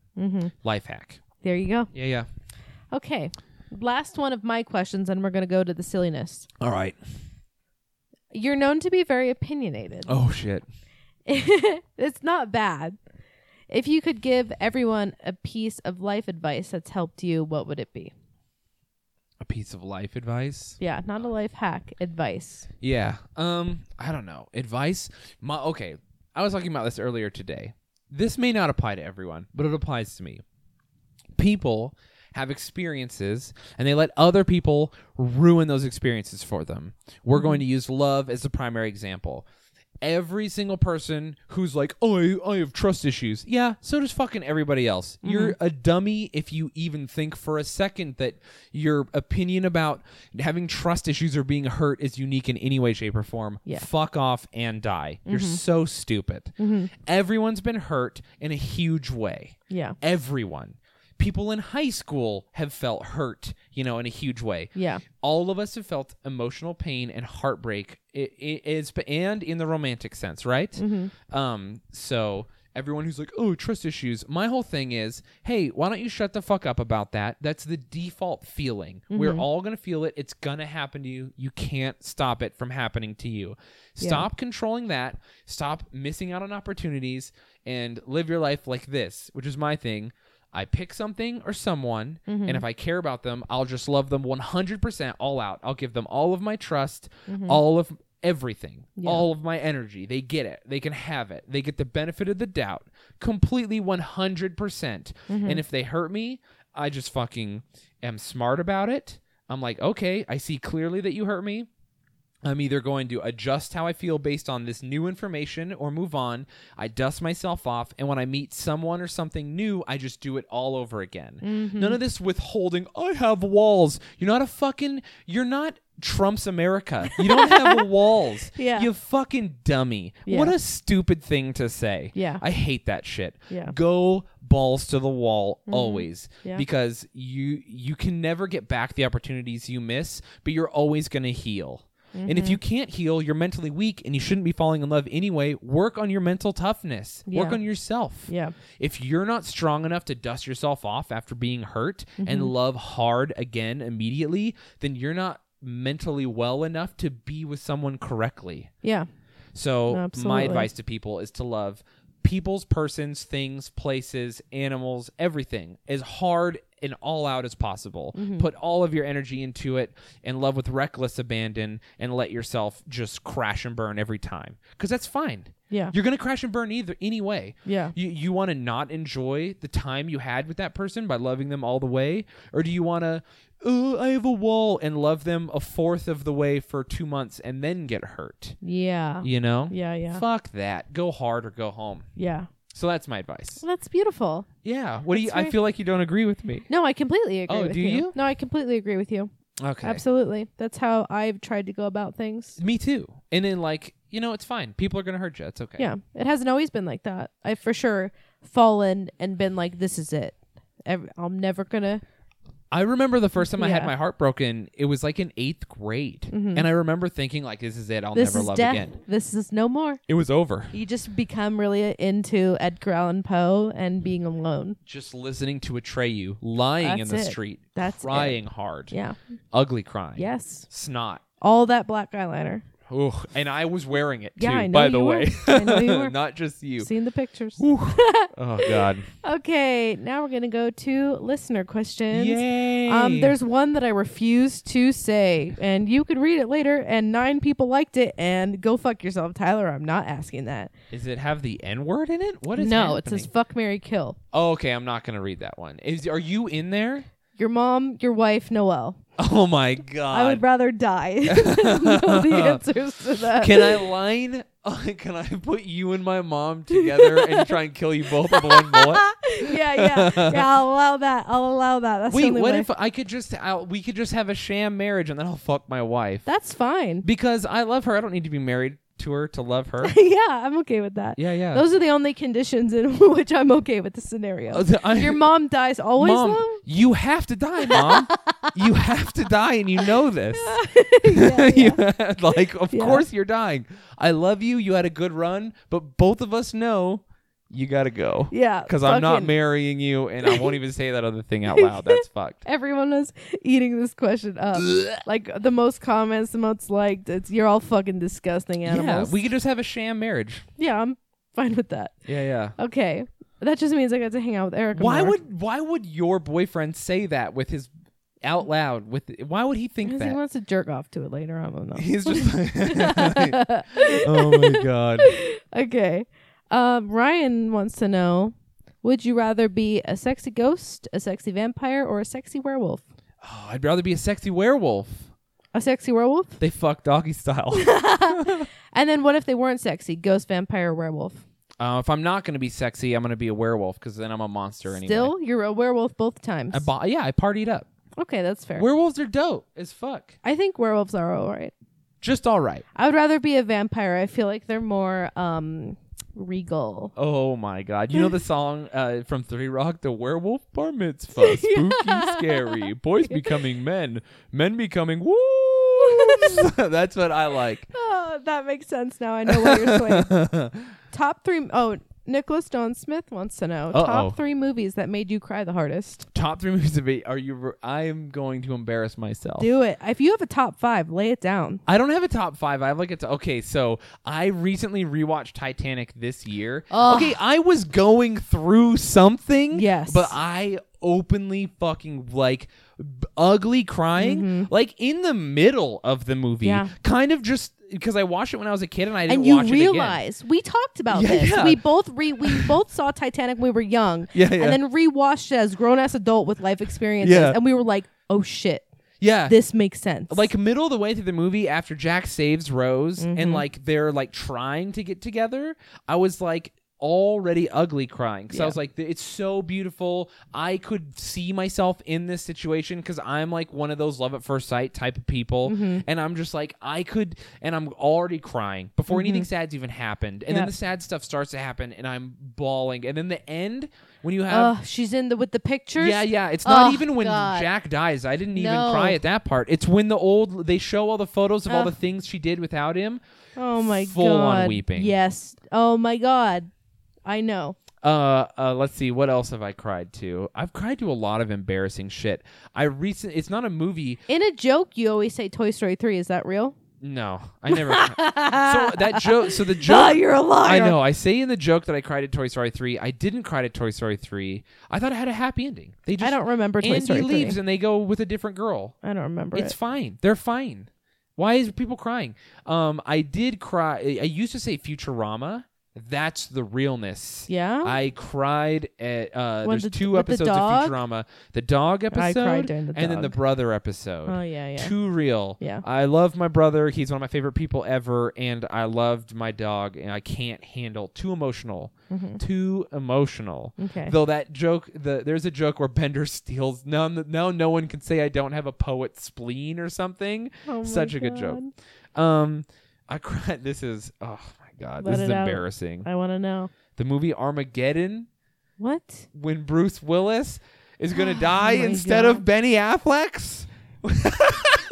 Life hack.
There you go.
Yeah, yeah.
Okay, last one of my questions, and we're gonna go to the silliness.
All right.
You're known to be very opinionated.
Oh shit.
(laughs) it's not bad. If you could give everyone a piece of life advice that's helped you, what would it be?
A piece of life advice.
Yeah, not a life hack, advice.
Yeah. Um, I don't know. Advice? My okay. I was talking about this earlier today. This may not apply to everyone, but it applies to me. People have experiences and they let other people ruin those experiences for them. We're going to use love as the primary example. Every single person who's like, oh, I, I have trust issues. Yeah, so does fucking everybody else. You're a dummy if you even think for a second that your opinion about having trust issues or being hurt is unique in any way, shape, or form.
Yeah.
Fuck off and die. You're so stupid. Everyone's been hurt in a huge way
Yeah,
everyone. People in high school have felt hurt, you know, in a huge way.
yeah,
All of us have felt emotional pain and heartbreak, i- i- is and in the romantic sense, right? Um, so everyone who's like, "Oh, trust issues," my whole thing is, "Hey, why don't you shut the fuck up about that? That's the default feeling. We're all gonna feel it. It's gonna happen to you. You can't stop it from happening to you. Stop controlling that. Stop missing out on opportunities and live your life like this, which is my thing." I pick something or someone, and if I care about them, I'll just love them 100% all out. I'll give them all of my trust, all of everything, all of my energy. They get it. They can have it. They get the benefit of the doubt completely 100%. percent And if they hurt me, I just fucking am smart about it. I'm like, okay, I see clearly that you hurt me. I'm either going to adjust how I feel based on this new information or move on. I dust myself off, and when I meet someone or something new, I just do it all over again.
Mm-hmm.
None of this withholding, I have walls. You're not a fucking, you're not Trump's America. You don't
(laughs)
have walls.
Yeah.
You fucking dummy.
Yeah.
What a stupid thing to say.
Yeah.
I hate that shit.
Yeah. Mm-hmm.
Go balls to the wall always
Yeah.
because you you can never get back the opportunities you miss, but you're always going to heal. And
Mm-hmm.
if you can't heal, you're mentally weak and you shouldn't be falling in love anyway. Work on your mental toughness. Work
Yeah.
on yourself.
yeah.
If you're not strong enough to dust yourself off after being hurt
Mm-hmm.
and love hard again immediately, then you're not mentally well enough to be with someone correctly.
Yeah.
So my
Absolutely.
advice to people is to love people's, persons, things, places, animals, everything as hard and all out as possible.
Mm-hmm.
Put all of your energy into it and love with reckless abandon and let yourself just crash and burn every time because that's fine.
Yeah.
You're gonna crash and burn either anyway.
Yeah.
You you want to not enjoy the time you had with that person by loving them all the way, or do you want to? Oh, I have a wall and love them a fourth of the way for two months and then get hurt.
Yeah.
You know?
Yeah, yeah.
Fuck that. Go hard or go home.
Yeah.
So that's my advice.
Well, that's beautiful.
Yeah. What do you?
That's
I
very-
feel like you don't agree with me.
No, I completely agree
Oh,
with
do you?
No, I completely agree with you.
Okay.
Absolutely. That's how I've tried to go about things.
Me too. And then like you know it's fine. People are gonna hurt you. It's okay.
Yeah. It hasn't always been like that. I've for sure fallen and been like, this is it. Ev- I'm never going to.
I remember the first time I had
Yeah. Mm-hmm.
my heart broken. It was like in eighth grade, and I remember thinking like, "This is it. I'll
This
never
is
love
death.
again."
This is no more.
It was over.
You just become really into Edgar Allan Poe and being alone.
Just listening to betray you, lying in the
That's it.
street,
That's it.
crying hard,
Yeah.
ugly crying,
Yes.
snot.
All that black eyeliner.
Ugh. And I was wearing it
Yeah,
too.
I know
by the
you were.
way,
I know
(laughs)
you were.
not just you.
Seen the pictures.
Whew. oh God.
Okay, now we're gonna go to listener questions.
Yay.
Um, there's one that I refuse to say, and you can read it later. And nine people liked it, and go fuck yourself, Tyler. I'm not asking that.
Is it have the N word in it? What is
no,
Happening?
it says fuck, Mary, kill
Oh, okay, I'm not gonna read that one. Is are you in there?
your mom, your wife, Noel.
(laughs) Oh my God.
I would (laughs) rather
(laughs)
die. than know the answers to that.
Can I line? (laughs) Can I put you and my mom together
(laughs)
and try and kill you both with one bullet?
(laughs) yeah, yeah,
(laughs)
yeah. I'll allow that. I'll allow that. That's the
Wait,
only
what
way.
if I could just i we could just have a sham marriage and then I'll fuck my wife
That's fine.
because I love her. I don't need to be married to her to love her.
(laughs) yeah, I'm okay with that.
Yeah, yeah.
Those are the only conditions in (laughs) which I'm okay with the scenario.
Uh, (laughs) I-
Your mom dies always
mom,
though?
you have to die,
(laughs)
mom. you have to die, and you know this.
yeah, yeah.
(laughs) You- like, of
Yeah.
course you're dying. I love you. You had a good run, but both of us know you gotta go.
yeah.
because I'm not
fucking-
marrying you, and I won't even say that other thing out loud.
(laughs)
That's fucked.
Everyone was eating this question up. like the most comments, the most liked. It's you're all fucking disgusting animals.
Yeah, we could just have a sham marriage.
Yeah, I'm fine with that.
Yeah, yeah.
Okay. That just means I got to hang out with Erica.
Why
more.
would why would your boyfriend say that with his out loud? With why would he think
Because he
that?
wants to jerk off to it later. I don't know.
He's just (laughs) like, oh my
(laughs)
god.
(laughs) Okay. Um, Ryan wants to know Would you rather be a sexy ghost, a sexy vampire, or a sexy werewolf?
Oh, I'd rather be a sexy werewolf.
A sexy werewolf?
They fuck doggy style.
(laughs) And then what if they weren't sexy? Ghost, vampire, or werewolf?
uh, if I'm not gonna be sexy, I'm gonna be a werewolf because then I'm a monster anyway.
Still, you're a werewolf both times.
I bo- yeah, I partied up.
okay, that's fair.
Werewolves are dope as fuck.
I think werewolves are all right.
Just all right.
I would rather be a vampire. I feel like they're more um regal.
Oh my god. You know
(laughs)
the song uh, from Three Rock, The Werewolf Bar
(laughs)
Mitzvah. Spooky, scary. Boys becoming men, men becoming wolves.
(laughs)
(laughs) That's what I like.
Oh, that makes sense now. I know why you're swaying.
(laughs)
Top three oh Nicholas Don Smith wants to know
Uh-oh.
top three movies that made you cry the hardest.
Top three movies of eight. Are you? Re- I'm going to embarrass myself.
Do it. If you have a top five, lay it down.
I don't have a top five. I have like a t- okay. So I recently rewatched Titanic this year.
Ugh.
Okay, I was going through something.
Yes.
but I openly fucking like b- ugly crying, like in the middle of the movie.
Mm-hmm. Yeah.
kind of just because I watched it when I was a kid and I didn't
And you
watch it again.
realize we talked about
Yeah,
this.
yeah.
We both
(laughs)
re we both saw Titanic when we were young.
Yeah, yeah.
And then rewatched it as grown ass adult with life experiences.
Yeah.
And we were like, oh shit,
Yeah,
this makes sense.
like middle of the way through the movie after Jack saves Rose and
Mm-hmm.
like they're like trying to get together, I was like already ugly crying because I was like, it's so beautiful. I could see myself in this situation because I'm like one of those love at first sight type of people,
Mm-hmm.
and I'm just like I could, and I'm already crying before anything sad's even happened, and then
Mm-hmm. Yeah.
the sad stuff starts to happen, and I'm bawling, and then the end when you have
Ugh, Oh, she's in the with the pictures.
uh, yeah, yeah. It's not
Oh,
even when
God.
Jack dies. I didn't even
No. Uh.
cry at that part. It's when the old they show all the photos of all
Ugh.
the things she did without him.
Oh my
Full
god.
on weeping.
Yes. Oh my god. I know.
Uh, uh, let's see. What else have I cried to? I've cried to a lot of embarrassing shit. I recent. It's not a movie.
In a joke, you always say Toy Story 3. Is that real?
No, I
(laughs)
never. (laughs) so that joke. So the
Ah,
joke.
you're a
I
liar.
know. I say in the joke that I cried at Toy Story three. I didn't cry at Toy Story three. I thought it had a happy ending. They just
I don't remember Toy
Andy
Story
leaves
3.
and they go with a different girl.
I don't remember
It's
it.
fine. They're fine. Why is people crying? Um, I did cry. I I used to say Futurama That's the realness.
Yeah?
I cried at uh,
When
there's
the-
two
with the
episodes of
dog?
Futurama. The dog episode
during the
and then the
dog.
brother episode.
Oh yeah, yeah.
Too real.
Yeah.
I love my brother. He's one of my favorite people ever, and I loved my dog, and I can't handle too emotional.
Mm-hmm.
Too emotional.
Okay.
Though that joke, the there's a joke where Bender (laughs) steals. Now, now no one can say I don't have a poet spleen or something.
Oh my
Such a good joke.
God.
Um, I cried. (laughs) This is oh my god.
Let
this is
it out.
embarrassing.
I want to know
The movie Armageddon
what.
when Bruce Willis is
(gasps)
gonna die
Oh my
instead
God.
of Benny Affleck's. (laughs)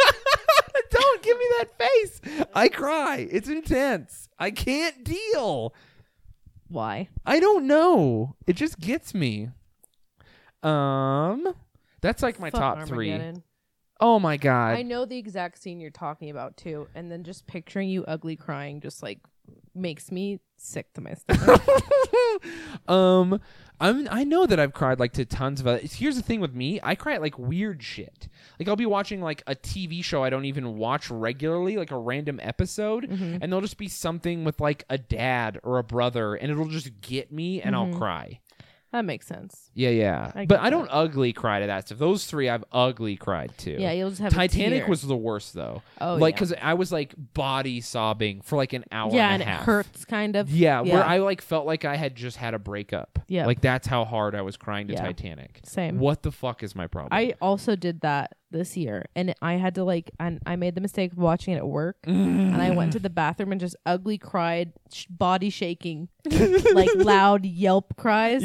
Don't give me that face. I cry. It's intense. I can't deal.
Why?
I don't know. It just gets me. Um, that's like my top three. Oh my god.
I know the exact scene you're talking about too, and then just picturing you ugly crying just like makes me sick to my stomach.
(laughs) um, I'm I know that I've cried like to tons of. Other, here's the thing with me, I cry at like weird shit. Like I'll be watching like a TV show I don't even watch regularly, like a random episode,
Mm-hmm.
and there'll just be something with like a dad or a brother, and it'll just get me, and I'll cry.
that makes sense.
Yeah, yeah.
Mm-hmm. I
but
get
I don't ugly cry to that stuff. Those three I've ugly cried to.
Yeah, you'll just have a
Titanic
tear.
was the worst though.
Oh,
like
yeah.
because I was like body sobbing for like an hour.
yeah,
and,
and
a
it
half.
hurts kind of.
Yeah, where I like felt like I had just had a breakup.
Yeah.
like that's how hard I was crying to
Yeah.
Titanic.
Same.
What the fuck is my problem? (laughs)
I also did that this year, and I had to like, and I made the mistake of watching it at work, and I
(laughs)
went to the bathroom and just ugly cried, sh-
(laughs)
body shaking, like loud yelp cries.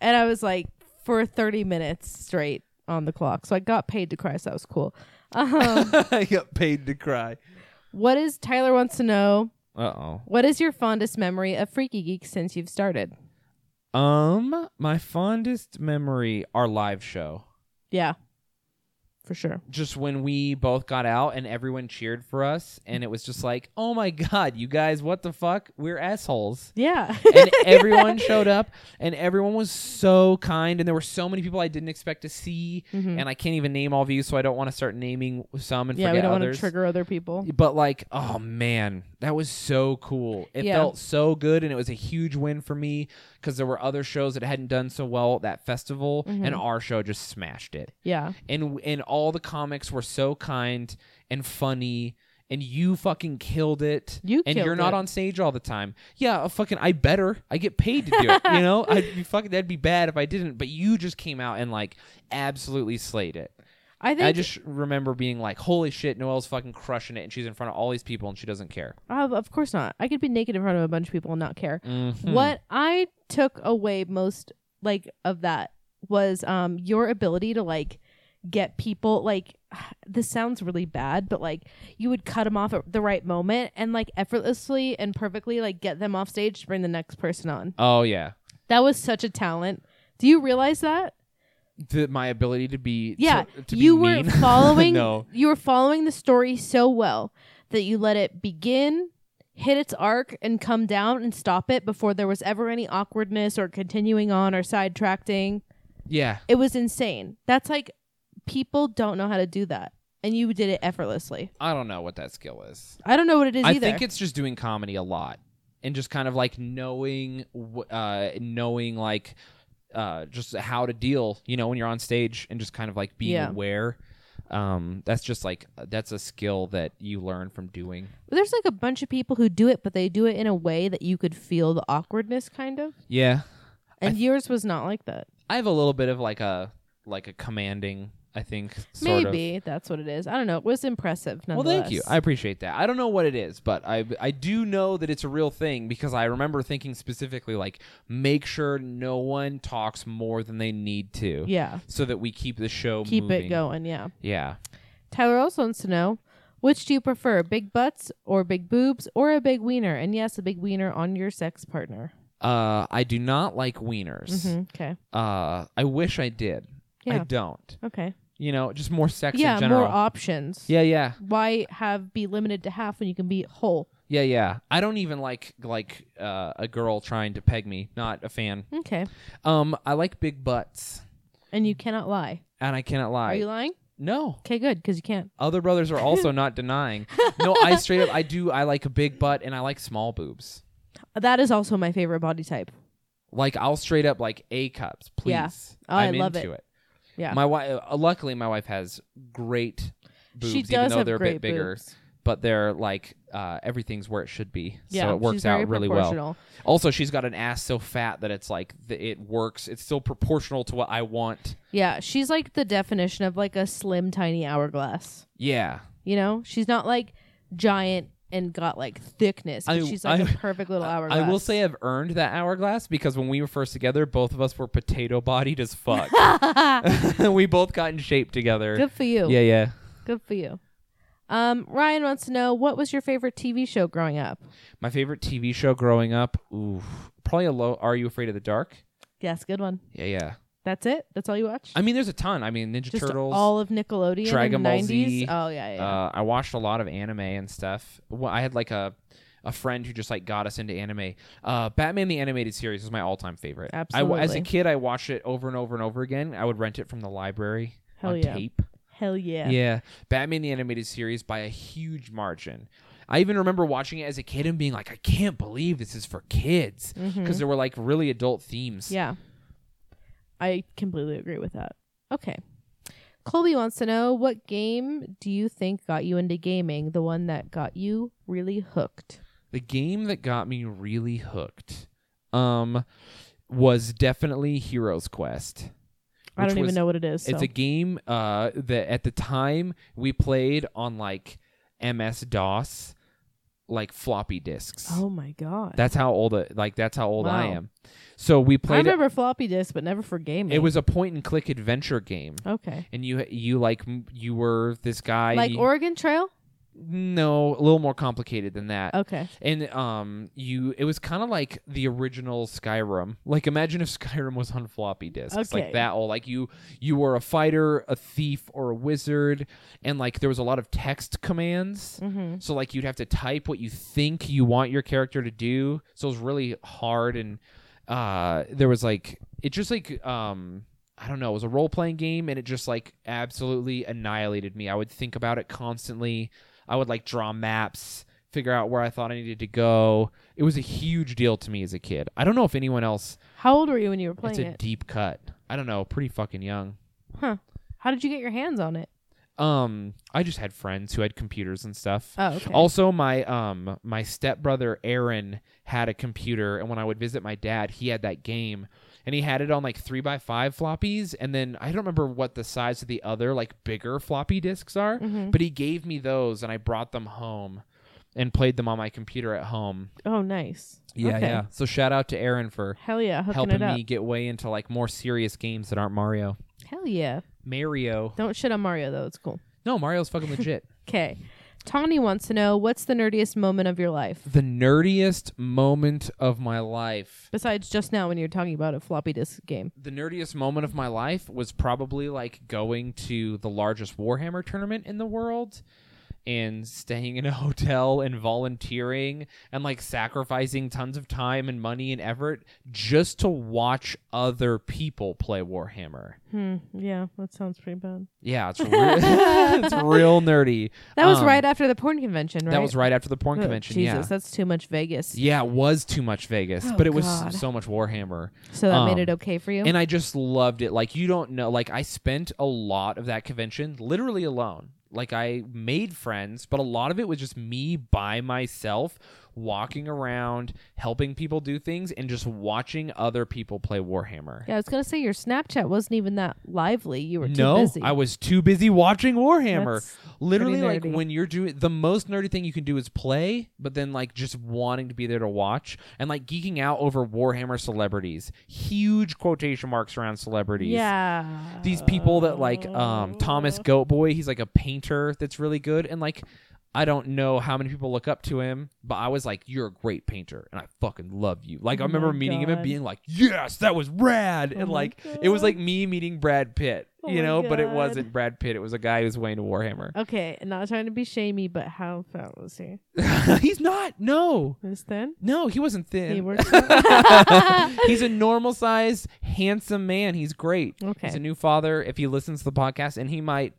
and I was like for thirty minutes straight on the clock. So I got paid to cry, so that was cool.
(laughs)
Um,
I got paid to cry.
what is Tyler wants to know?
Uh
What is your fondest memory of Freaky Geek since you've started?
oh. Um, my fondest memory our live show.
Yeah, for sure.
Just when we both got out and everyone cheered for us, and it was just like, oh my god, you guys, what the fuck? We're assholes.
Yeah,
(laughs)
(laughs)
and everyone showed up and everyone was so kind and there were so many people i didn't expect to see and i can't even name all of you so i don't want to start naming some and
Mm-hmm. Mm. yeah. We
forget
don't want
others
to trigger other people.
but like oh man that was so cool it
Yeah.
felt so good and it was a huge win for me because there were other shows that hadn't done so well at that festival and
Mm-hmm.
our show just smashed it
Yeah,
and and all the comics were so kind and funny and you fucking killed it
You
and
killed
you're not
it.
on stage all the time yeah uh, fucking i better i get paid to do it you know
(laughs)
i you fucking that'd be bad if i didn't but you just came out and like absolutely slayed it
I think
i just remember being like holy shit noelle's fucking crushing it and she's in front of all these people and she doesn't care
Uh, of course not. I could be naked in front of a bunch of people and not care.
Mm-hmm. Hmm.
What I took away most like of that was um your ability to like get people like (sighs) this sounds really bad but like you would cut them off at the right moment and like effortlessly and perfectly like get them off stage to bring the next person on
oh yeah
that was such a talent do you realize that
Th- my ability to be
yeah
to, to be
you were
mean. (laughs)
following
no
you were following the story so well that you let it begin hit its arc and come down and stop it before there was ever any awkwardness or continuing on or sidetracking
yeah
it was insane that's like people don't know how to do that and you did it effortlessly
i don't know what that skill is
i don't know what it is
I
either
think it's just doing comedy a lot and just kind of like knowing, wh- uh, knowing like, uh, just how to deal, you know, when you're on stage and just kind of like being
Yeah.
aware. Um, that's just like that's a skill that you learn from doing.
there's like a bunch of people who do it but they do it in a way that you could feel the awkwardness kind of
Yeah,
and yours was not like that
I have a little bit of like a like a commanding. I think sort of.
maybe that's what it is i don't know it was impressive
Well,
nonetheless.
thank you. I appreciate that. I don't know what it is, but I I do know that it's a real thing because I remember thinking specifically like make sure no one talks more than they need to.
yeah
so that we keep the show
keep it
moving.
going yeah
Yeah.
Tyler also wants to know which do you prefer, big butts or big boobs or a big wiener? And yes, a big wiener on your sex partner.
Uh, I do not like wieners.
Okay.
Uh, I wish I did. I
Mm-hmm. Yeah.
don't.
Okay.
You know, just more sex in
yeah,
general.
more options.
yeah, yeah,
Why have be limited to half when you can be whole?
yeah, yeah. I don't even like like uh, a girl trying to peg me. Not a fan.
Okay.
Um, I like big butts,
And you cannot lie.
and I cannot lie.
Are you lying?
no,
Okay, good, because you can't.
other
(laughs)
brothers are also not denying. No, I straight up, I do. I like a big butt, and I like small boobs.
That is also my favorite body type.
Like I'll straight up like A cups, please.
Yeah. Oh, I
I'm
love
into it.
Yeah.
My wife. Uh, luckily, my wife has great boobs,
she
even
does
though
have
they're a
great
bit bigger.
boobs.
But they're like uh, everything's where it should be,
Yeah,
so it works
she's very
out really well.
proportional.
Also, she's got an ass so fat that it's like th- it works. It's still proportional to what I want.
Yeah, she's like the definition of like a slim, tiny hourglass.
Yeah,
You know, she's not like giant and got like thickness, but
I-
she's like a
I-
perfect little hourglass.
I will say I've earned that hourglass because when we were first together, both of us were potato bodied as
(laughs)
fuck. (laughs) we both got in shape together.
good for you.
Yeah, yeah.
Good for you. Um, Ryan wants to know what was your favorite TV show growing up?
My favorite TV show growing up, ooh, probably a low. Are you afraid of the dark?
Yes, good one.
Yeah, yeah.
That's it. That's all you watched.
I mean, there's a ton. I mean, Ninja
Just
Turtles.
all of Nickelodeon
Dragon
in the
Ball
90s.
Z,
oh yeah, yeah.
uh, I watched a lot of anime and stuff. Well, I had like a a friend who just like got us into anime. Uh, Batman the animated series was my all time favorite. I w- as
Absolutely.
a kid, I watched it over and over and over again. I would rent it from the library
Hell
on
yeah.
tape.
Hell yeah.
Yeah. Batman the Animated Series by a huge margin. I even remember watching it as a kid and being like, I can't believe this is for kids. Because there were like really adult themes.
Mm-hmm. Yeah. I completely agree with that. Okay. Colby wants to know what game do you think got you into gaming? The one that got you really hooked.
The game that got me really hooked um, was definitely Heroes Quest.
I
which
don't even
was-
know what it is.
It's
so.
a game uh, that at the time we played on like MS DOS, like floppy disks.
oh my god.
That's how old, it- like that's how old I
Wow.
am. So we
I
played. it-
remember floppy disk, but never for gaming.
It was a point and click adventure game,
okay.
and you you like m- you were this guy.
like
you-
Oregon Trail.
no, a little more complicated than that.
Okay.
And um, you it was kind of like the original Skyrim. Like imagine if (laughs) Skyrim was on floppy disks,
Okay.
like that old. Like you you were a fighter, a thief, or a wizard, and like there was a lot of text commands.
Mm-hmm.
So like you'd have to type what you think you want your character to do. So it was really hard and uh there was like it just like um I don't know, it was a role playing game and it just like absolutely annihilated me. I would think about it constantly. I would like draw maps, figure out where I thought I needed to go. It was a huge deal to me as a kid. I don't know if anyone else
How old were you when you were
it's
playing
a
it?
deep cut. I don't know, pretty fucking young.
huh. How did you get your hands on it?
Um I just had friends who had computers and stuff.
Oh, okay.
Also, my um my stepbrother Aaron had a computer, and when I would visit my dad, he had that game, and he had it on like three by five floppies, and then I don't remember what the size of the other like bigger floppy disks are,
Mhm.
but he gave me those, and I brought them home, and played them on my computer at home.
oh, nice. Okay.
So shout out to Aaron for
Hell yeah, hooking
helping
it up.
me get way into like more serious games that aren't Mario.
Hell yeah.
Mario.
Don't shit on Mario though. It's cool.
No, Mario's fucking legit.
Okay. Tawny wants to know what's the nerdiest moment of your life
(laughs) the nerdiest moment of my life.
besides just now when you're talking about a floppy disk game.
the nerdiest moment of my life was probably like going to the largest Warhammer tournament in the world and staying in a (laughs) hotel and volunteering and like sacrificing tons of time and money and effort just to watch other people play Warhammer.
Hmm. Yeah, that sounds pretty bad.
Yeah, it's, re- (laughs) it's real nerdy.
That was
Um,
right after the porn convention, right?
That was right after the porn
Ugh,
convention.
Jesus,
yeah.
that's too much Vegas.
yeah, it was too much Vegas,
Oh,
but it was
God.
so much Warhammer.
So that made
Um,
it okay for you.
And I just loved it. Like you don't know. Like I spent a lot of that convention literally alone. Like I made friends, but a lot of it was just me by myself walking around, helping people do things and just watching other people play Warhammer.
yeah, I was gonna say your Snapchat wasn't even that lively. You were too
no,
busy.
I was too busy watching Warhammer.
That's
Literally
pretty
like
nerdy.
when you're doing the most nerdy thing you can do is play, but then like just wanting to be there to watch and like geeking out over Warhammer celebrities. Huge quotation marks around celebrities.
Yeah. Oh,
these people that like um Thomas Goatboy, he's like a painter that's really good and like I don't know how many people look up to him, but I was like, "You're a great painter, and I fucking love you." Like I
Oh my
remember meeting him
God.
and being like, "Yes, that was rad,"
Oh
and
my
like it was
God.
like me meeting Brad Pitt,
Oh
you
my
know, but it
God.
wasn't Brad Pitt. It was a guy who's way into
(laughs)
Warhammer. (laughs)
Okay, not trying to be shamey, but how fat was he?
he's not. No,
This then?
no, he wasn't thin.
He works.
(laughs) he's a normal sized, handsome man. He's great.
Okay.
He's a new father. If he listens to the podcast, and he might,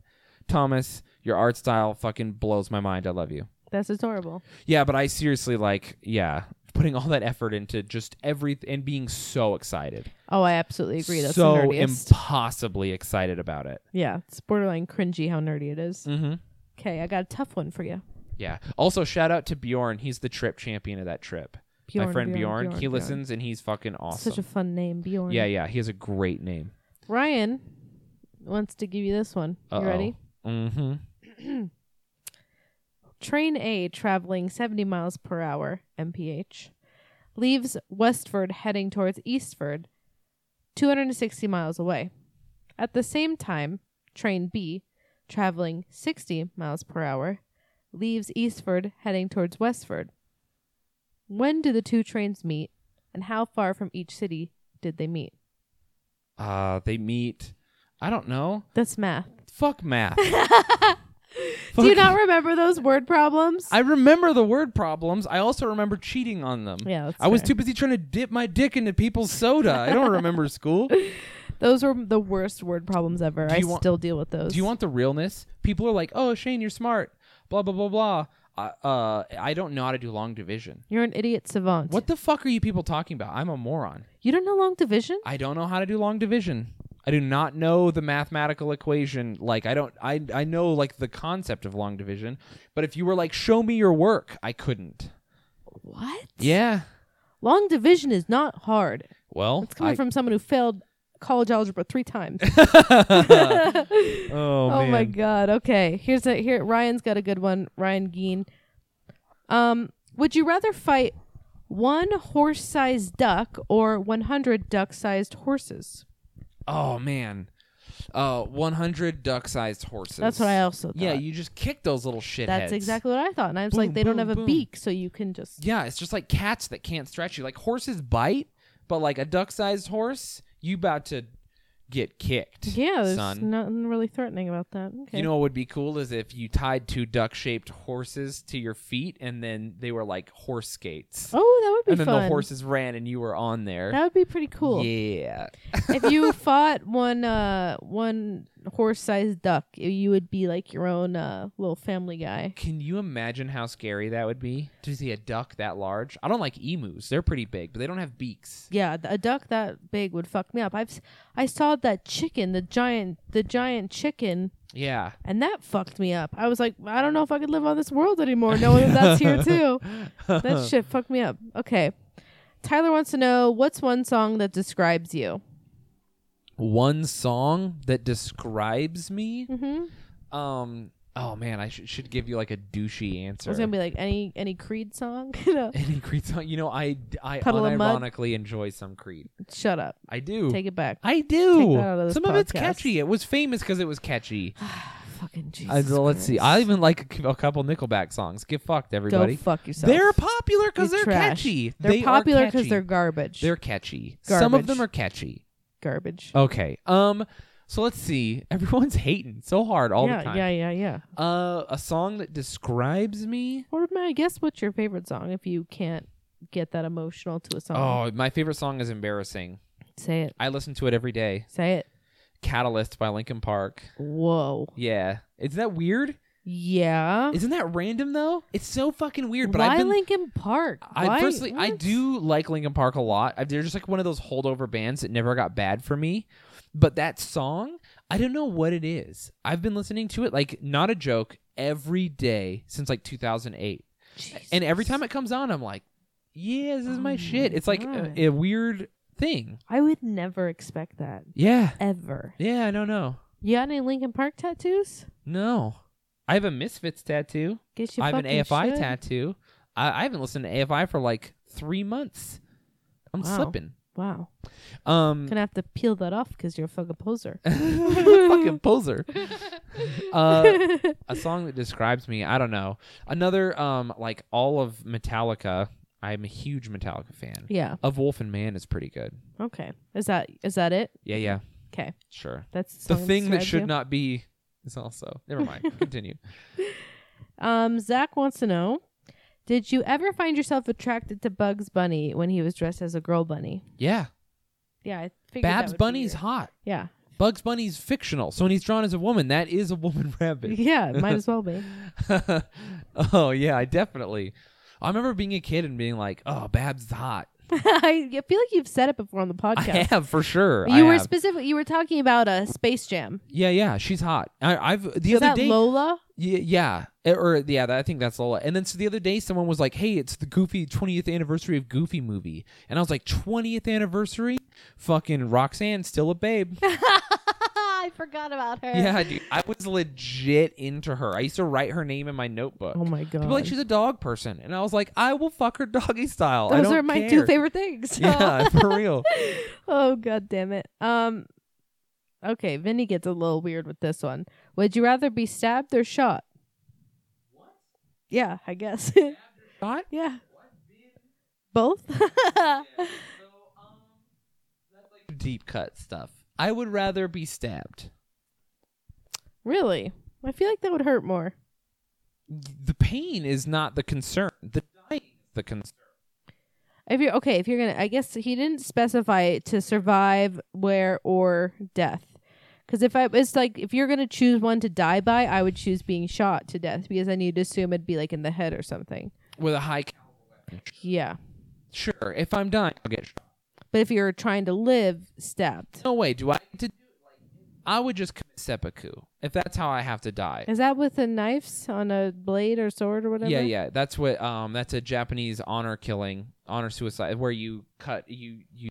Thomas, your art style fucking blows my mind. I love you.
That's adorable.
Yeah, but I seriously like, yeah, putting all that effort into just everything and being so excited.
Oh, I absolutely agree. That's
so
the nerdiest.
impossibly excited about it.
yeah, it's borderline cringy how nerdy it is.
Mm-hmm.
Okay, I got a tough one for you.
Yeah. Also, shout out to Bjorn. He's the trip champion of that trip. My
Bjorn,
friend
Bjorn,
Bjorn.
Bjorn,
he
Bjorn.
listens and he's fucking awesome.
Such a fun name, Bjorn.
yeah, yeah. He has a great name.
Ryan wants to give you this one. You ready?
Mm-hmm.
Train A traveling 70 miles per hour (mph) leaves Westford heading towards Eastford, 260 miles away. At the same time, train B traveling 60 miles per hour leaves Eastford heading towards Westford. When do the two trains meet and how far from each city did they meet?
Uh, they meet. I don't know.
That's math.
Fuck
(laughs)
math.
Do you not remember those word problems?
I remember the word problems. I also remember cheating on them.
Yeah, that's
I was
fair.
too busy trying to dip my dick into people's soda. I don't remember
(laughs)
school.
Those were the worst word problems ever.
Do
I
you want-
still deal with those.
Do you want the realness? People are like, "Oh, Shane, you're smart." Blah blah blah blah. Uh, uh, I don't know how to do long division.
You're an idiot savant.
What the fuck are you people talking about? I'm a moron.
You don't know long division?
I don't know how to do long division. I do not know the mathematical equation. Like I don't I I know like the concept of long division, but if you were like show me your work, I couldn't.
What?
Yeah.
Long division is not hard.
Well,
It's coming
I-
from someone who failed college algebra
(laughs)
three times.
Oh,
oh
man.
my god. Okay. Here's a here Ryan's got a good one. Ryan Geen. Um, would you rather fight one horse-sized duck or 100 duck-sized horses?
oh man. Uh 100 duck-sized horses.
That's what I also thought.
Yeah, you just kick those little shitheads.
That's exactly what I thought. And I was
Boom,
like they
boom,
don't have
boom.
a beak so you can just
Yeah, it's just like cats that can't stretch you. Like horses bite, but like a duck-sized horse, you about to get kicked.
Yeah, there's
son.
nothing really threatening about that. Okay.
You know what would be cool is if you tied two duck shaped horses to your feet and then they were like horse skates.
Oh, that would be
and then
fun.
the horses ran and you were on there.
That would be pretty cool.
Yeah.
if you (laughs) fought one uh one horse-sized duck, you would be like your own uh little family guy.
Can you imagine how scary that would be to see a duck that large? I don't like emus. They're pretty big, but they don't have beaks.
Yeah, th- a duck that big would fuck me up. I've s- I saw that chicken, the giant the giant chicken,
Yeah.
and that fucked me up. I was like, I don't know if I could live on this world anymore knowing that
(laughs)
that's here too. That shit fucked me up. Okay. Tyler wants to know what's one song that describes you?
One song that describes me.
Mhm.
Um. Oh man, I should should give you like a douchey answer.
I was
(laughs)
gonna be like any any Creed song. (laughs) No.
Any Creed song? You know, I I
Puddle of Mud?
unironically enjoy some Creed.
Shut up.
I do.
Take it back. (sighs)
I do.
Take that out of this
Some of it's
podcast.
catchy. It was famous because it was catchy.
Fucking Jesus.
I, let's see.
Christ.
I even like a, c- a couple Nickelback songs. Get fucked, everybody.
Go fuck yourself.
they're popular because
You're
they're
trash.
catchy.
They're
They are
popular
catchy.
they're garbage.
they're catchy. Some of
Garbage.
them are catchy.
garbage.
Okay. Um. So let's see. (laughs) Everyone's hating so hard all
yeah,
the time.
yeah, yeah, yeah.
Uh, a song that describes me.
Or may I guess what's your favorite song if you can't get that emotional to a song?
Oh, my favorite song is embarrassing.
Say it.
I listen to it every day.
Say it.
Catalyst by Linkin Park.
Whoa.
Yeah. Isn't that weird?
Yeah.
Isn't that random though? It's so fucking weird. But
Why
I've been
Lincoln Park?
I
Why-
personally, I
what?
do like Linkin Park a lot. I- They're just like one of those holdover bands that never got bad for me. But that song, I don't know what it is. I've been listening to it like not a joke every day since like 2008,
Jesus.
and every time it comes on, I'm like, yeah, this is
Oh
my
my
shit. It's like a,
God.
a weird thing.
I would never expect that
Yeah,
ever.
yeah. I don't know.
You got any Lincoln Park tattoos?
No, I have a Misfits tattoo.
Guess you
I have an
fucking
AFI
should.
tattoo. I, I haven't listened to AFI for like three months. I'm
Wow.
slipping.
Wow.
Um,
Gonna have to peel that off because you're a fucking poser.
(laughs) fucking poser. Uh, a song that describes me. I don't know. Another um, like all of Metallica. I'm a huge Metallica fan.
(laughs) yeah.
Of Wolf and Man is pretty good.
Okay. Is that is that it?
Yeah, yeah,
Okay.
sure.
That's
The
song
thing that
describes
should
you.
not be is also. Never
(laughs)
mind. Continue.
Um, Zach wants to know: Did you ever find yourself attracted to Bugs Bunny when he was dressed as a girl bunny?
Yeah,
Yeah, I figured. that
Babs
would be
Bunny's
your-
hot.
Yeah,
Bugs Bunny's fictional, so when he's drawn as a woman, (laughs) that
(laughs)
is a woman rabbit. (laughs)
yeah, it might as well be.
oh yeah, I definitely. I remember being a kid and being like, "Oh, Babs is hot."
(laughs) I feel like you've said it before on the
I
podcast.
have for sure.
You
I
were
have.
specific. You were talking about a Space Jam.
yeah, yeah, she's hot. I, I've the
Is
other
that
day. (laughs)
Lola? (laughs)
Yeah, yeah, Eh, or yeah, that, I think that's Lola. And then so the other day, someone was like, "Hey, it's the Goofy 20th anniversary of Goofy movie," and I was like, "20th anniversary? Fucking Roxanne still a babe."
I forgot about her.
yeah, dude, I was legit into her. I used to write her name in my notebook.
Oh my god.
People were like she's a dog person, and I was like, "I will fuck her doggy style." I
Those
don't
are my
care."
two favorite things.
(laughs)
(laughs)
Yeah, for real. (laughs)
oh god damn it. Um Okay, Vinny gets a little weird with this one. Would you rather be stabbed or shot? What? Yeah, I guess. (laughs)
Shot?
yeah. Both?
Deep cut stuff. I would rather be stabbed.
really? I feel like that would hurt more.
The pain is not the concern. The dying is the concern.
If you're okay, if you're gonna, I guess he didn't specify to survive, where, or death. Because if I was like, if you're gonna choose one to die by, I would choose being shot to death because then you'd assume it'd be like in the head or something.
With a high caliber weapon.
Yeah,
Sure, if I'm dying, I'll get shot.
but if you're trying to live, stabbed.
No way. Do I need to? do it like- I would just commit seppuku if that's how I have to die.
Is that with the knives on a blade or sword or whatever?
Yeah, yeah. That's what. Um, that's a Japanese honor killing, honor suicide, where you cut you you.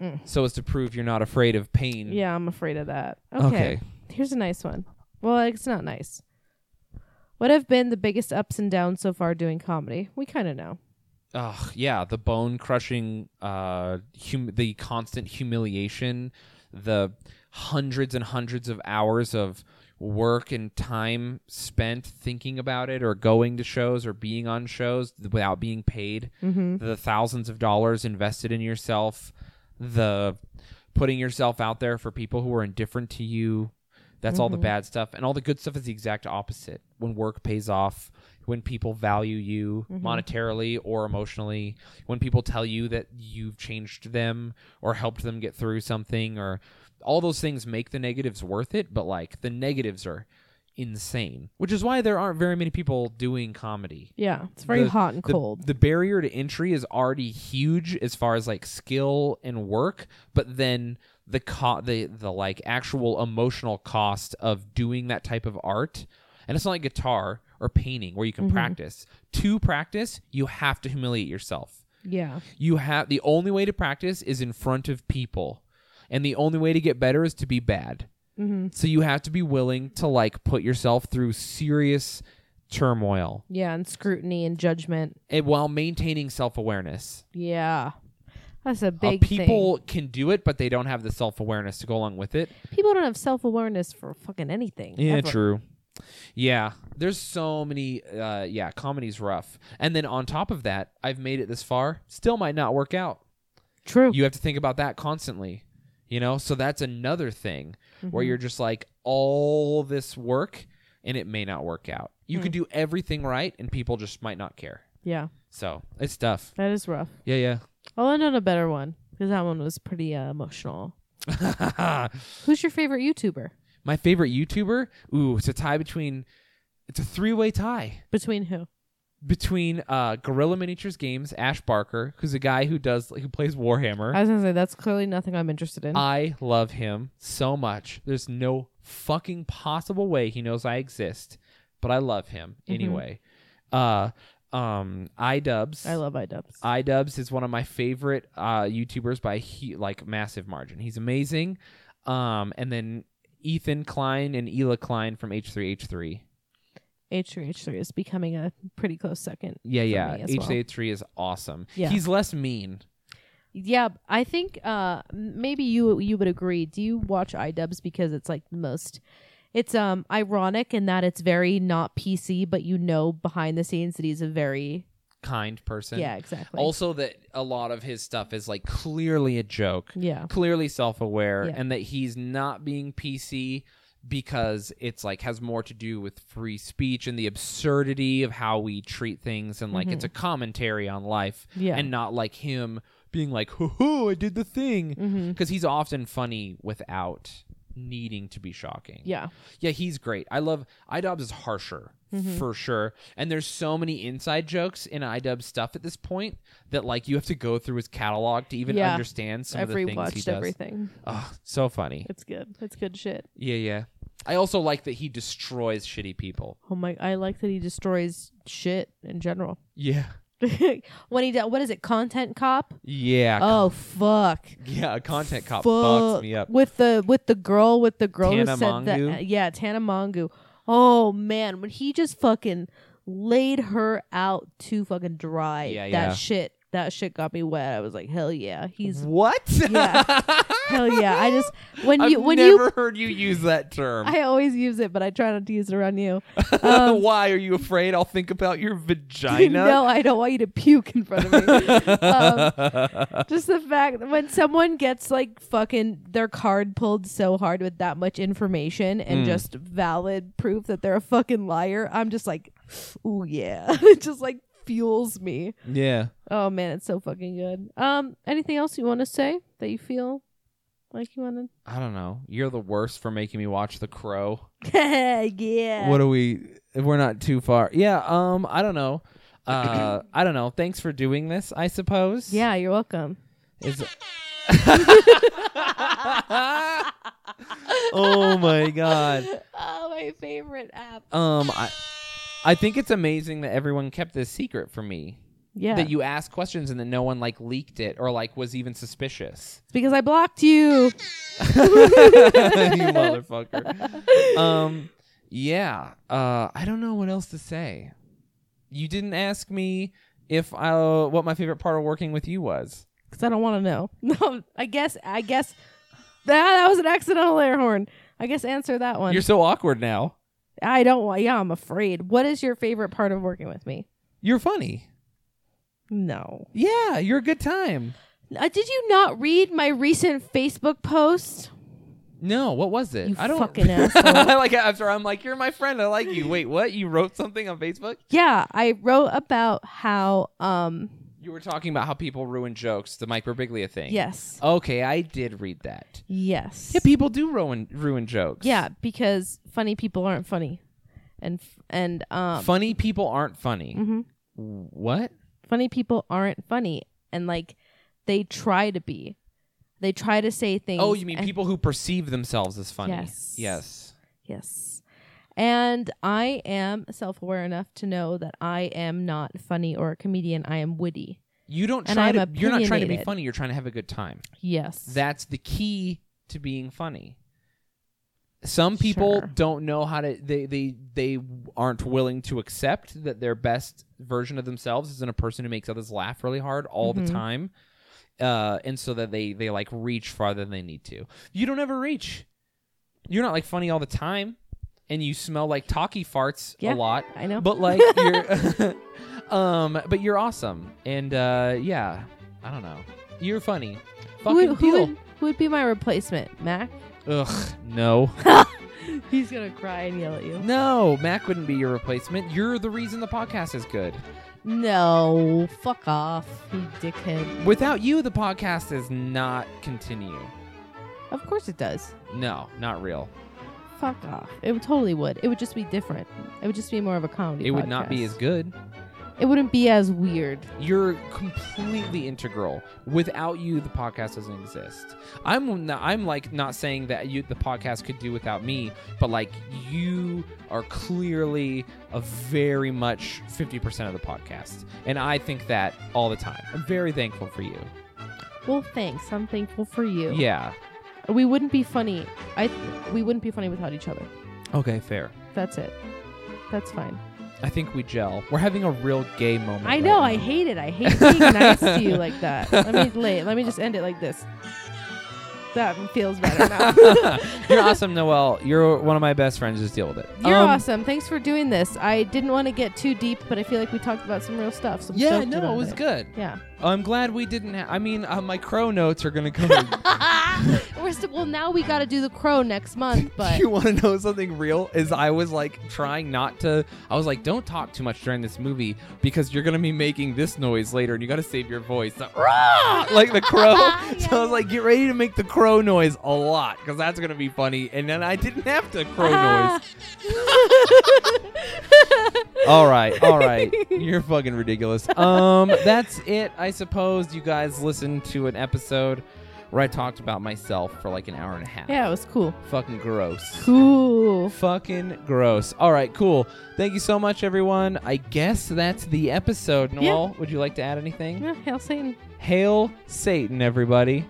Mm.
So as to prove you're not afraid of pain.
Yeah, I'm afraid of that. Okay.
Okay.
Here's a nice one. Well, it's not nice. What have been the biggest ups and downs so far doing comedy? We kind of know.
Ugh. Yeah. The bone crushing. Uh. Hum- the constant humiliation. The hundreds and hundreds of hours of work and time spent thinking about it or going to shows or being on shows without being paid
Mm-hmm.
the thousands of dollars invested in yourself, the putting yourself out there for people who are indifferent to you. That's all the bad stuff. And all the good stuff is the exact opposite. When work pays off, when people value you monetarily or emotionally, when people tell you that you've changed them or helped them get through something, or all those things make the negatives worth it. But like the negatives are insane, which is why there aren't very many people doing comedy
Yeah, it's very
the-
hot and
the-
cold.
The barrier to entry is already huge as far as like skill and work, but then the co- the the like actual emotional cost of doing that type of art, and it's not like guitar or painting where you can
Mm-hmm.
practice. To practice, you have to humiliate yourself.
yeah.
You have the only way to practice is in front of people, and the only way to get better is to be bad.
Mm-hmm.
So you have to be willing to like put yourself through serious turmoil
Yeah, and scrutiny and judgment.
and while maintaining self awareness.
Yeah. That's a
Uh,
big people,
people can do it, but they don't have the self awareness to go along with it.
thing. People don't have self awareness for fucking anything. ever.
true. Yeah, there's so many. Uh, yeah, comedy's rough. And then on top of that, I've made it this far. Still might not work out.
True.
You have to think about that constantly. You know, so that's another thing where
Mhm.
you're just like all this work and it may not work out. You could do everything right and people just might not care.
Yeah,
So it's tough.
that is rough.
Yeah, yeah.
I'll end on a better one because that one was pretty uh, emotional.
(laughs) My
Who's your favorite YouTuber?
favorite YouTuber? Ooh, it's a tie between. It's a three-way tie
Between who?
between uh, Gorilla Miniatures Games, Ash Barker, who's a guy who does who plays Warhammer.
I was gonna say that's clearly nothing I'm interested in.
I love him so much. There's no fucking possible way he knows I exist, but I love him
Mhm.
anyway. Uh, um, iDubbbz.
I love iDubbbz.
uh, iDubbbz is one of my favorite uh, YouTubers by he, like massive margin. He's amazing. Um, and then Ethan Klein and Ela Klein from H3H3.
H3H3 is becoming a pretty close second.
Yeah, yeah.
me as well.
H3H3 is awesome.
Yeah.
He's less mean.
Yeah, I think uh m- maybe you you would agree. Do you watch iDubbbz because it's like the most it's um ironic in that it's very not PC, but you know behind the scenes that he's a very
Kind person.
yeah, exactly.
Also, that a lot of his stuff is like clearly a joke,
yeah.
clearly self aware,
Yeah.
and that he's not being PC because it's like has more to do with free speech and the absurdity of how we treat things and like it's a commentary on life
Mm-hmm. Yeah.
and not like
Mm-hmm.
him being like hoo hoo I did the thing because he's often funny without needing to be shocking.
Yeah.
Yeah, he's great. I love iDubbbz is harsher
Mm-hmm.
for sure, and there's so many inside jokes in iDubbbz stuff at this point that like you have to go through his catalog to even
Yeah.
understand some
I've
of the things he
rewatched
does.
everything.
Oh, so funny.
It's good. It's good shit.
Yeah, yeah. I also like that he destroys shitty people.
Oh my! I like that he destroys shit in general. (laughs)
Yeah.
when he does, what is it? Content cop.
Yeah.
Oh fuck!
Yeah, a content cop
Fuck.
fucks me up.
with the with the girl with the girl
Tana
who said
Mongeau?
that. uh, Yeah, Tana Mongeau. Oh man, when he just fucking laid her out to fucking dry.
Yeah,
that
yeah.
shit. That shit got me wet. I was like, hell
(laughs)
yeah, he's
What?
(laughs)
(laughs)
Yeah. hell yeah. I just when
I've
you when
never
you
heard you use that term. (laughs)
(laughs) I always use it, but I try not to use it around you. Um,
Why are you afraid? I'll think about your vagina.
(laughs) no, I don't want you to puke in front of me. um,
(laughs)
just the fact that when someone gets like fucking their card pulled so hard with that much information and
Hmm.
just valid proof that they're a fucking liar, I'm just like, oh yeah, (laughs) it just like fuels me.
Yeah.
Oh man, it's so fucking good. Um, anything else you want to say that you feel like you want
I don't know. You're the worst for making me watch The Crow.
to? (laughs) yeah.
What are we? We're not too far. Yeah. Um. I don't (clears throat) know. Uh. I don't know. Thanks for doing this. I suppose.
yeah, you're welcome.
Is- (laughs) oh my god.
(laughs) Oh, my favorite app.
Um. I. I think it's amazing that everyone kept this secret from me.
Yeah,
That you asked questions and that no one like leaked it or like was even suspicious.
it's because I blocked
(laughs)
you.
you motherfucker. Um, yeah. Uh, I don't know what else to say. You didn't ask me if I what my favorite part of working with you was.
because I don't want to know. (laughs) No, I guess I guess that that was an accidental air horn. I guess answer that one.
You're so awkward now.
I don't want. Yeah, I'm afraid. What is your favorite part of working with me?
You're funny.
No.
Yeah, you're a good time.
Uh, did you not read my recent Facebook post?
No, what was it?
You
I don't (laughs)
fucking asshole.
like I'm sorry, I'm like, you're my friend, I like you. Wait, what? You wrote something on Facebook?
Yeah, I wrote about how. Um.
You were talking about how people ruin jokes, the microbiglia thing.
Yes.
Okay, I did read that.
Yes.
Yeah, people do ruin ruin jokes.
Yeah, because funny people aren't funny, and f- and um. mm-hmm.
funny people aren't funny. What?
funny people aren't funny and like they try to be they try to say things
Oh, you mean
and-
people who perceive themselves as funny?
Yes.
Yes.
yes and i am self-aware enough to know that i am not funny or a comedian i am witty
You don't
And
try
I'm
to. You're not trying to be
opinionated.
funny. You're trying to have a good time.
yes
That's the key to being funny. Some people
Sure.
don't know how to. They they they aren't willing to accept that their best version of themselves is in a person who makes others laugh really hard all
Mm-hmm.
the time, uh, and so that they they like reach farther than they need to. You don't ever reach. You're not like funny all the time, and you smell like talkie farts
Yeah,
a lot.
I know.
but like you're, (laughs) um, but you're awesome, and uh, yeah, I don't know. You're funny.
who,
Fucking
would, who,
deal.
would, who would be my replacement mac
Ugh, no.
(laughs) he's gonna cry and yell at you
no, Mac wouldn't be your replacement. You're the reason the podcast is good.
no fuck off you dickhead
Without you, the podcast does not continue.
of course it does
No, not real.
fuck off it would, totally would it would just be different it would just be more of a comedy
It would not be
podcast.
as good.
it wouldn't be as weird
You're completely integral. Without you, the podcast doesn't exist. I'm n- I'm like not saying that you the podcast could do without me, but like you are clearly a very much 50% of the podcast. And I think that all the time. I'm very thankful for you.
Well, thanks. I'm thankful for you.
Yeah.
We wouldn't be funny. I we wouldn't be funny without each other.
Okay, fair.
That's it. That's fine.
I think we gel. We're having a real gay moment.
I
right
know. I
now.
(laughs) hate it. I hate being nice to you like that. Let
(laughs)
me lay, let me just end it like this. That feels better
(laughs)
now.
You're awesome, Noel. You're one of my best friends. Just deal with it.
You're
Um,
awesome. Thanks for doing this. I didn't want to get too deep, but I feel like we talked about some real stuff. So I'm
Yeah,
stoked
no,
about
it was good. (laughs)
Yeah.
I'm glad we didn't. Ha- I mean, uh, my crow notes are gonna (laughs) come.
We're st- well, now we got to do the crow
(laughs)
next month, but
you want to know something real? Is I was like trying not to. I was like, don't talk too much during this movie because you're gonna be making this noise later, and you got to save your voice. The, "Rah!" like the crow. (laughs) So I was like, get ready to make the crow noise a lot because that's gonna be funny. And then I didn't have to
(laughs)
crow noise. (laughs) all right, all right. (laughs) You're fucking ridiculous. Um, that's it, I suppose. You guys listened to an episode where I talked about myself for like an hour and a half.
yeah, it was cool.
Fucking gross.
Cool.
Fucking gross. All right, cool. Thank you so much, everyone. I guess that's the episode. Noel, would you like to add anything?
Yeah, Hail Satan.
Hail Satan, everybody.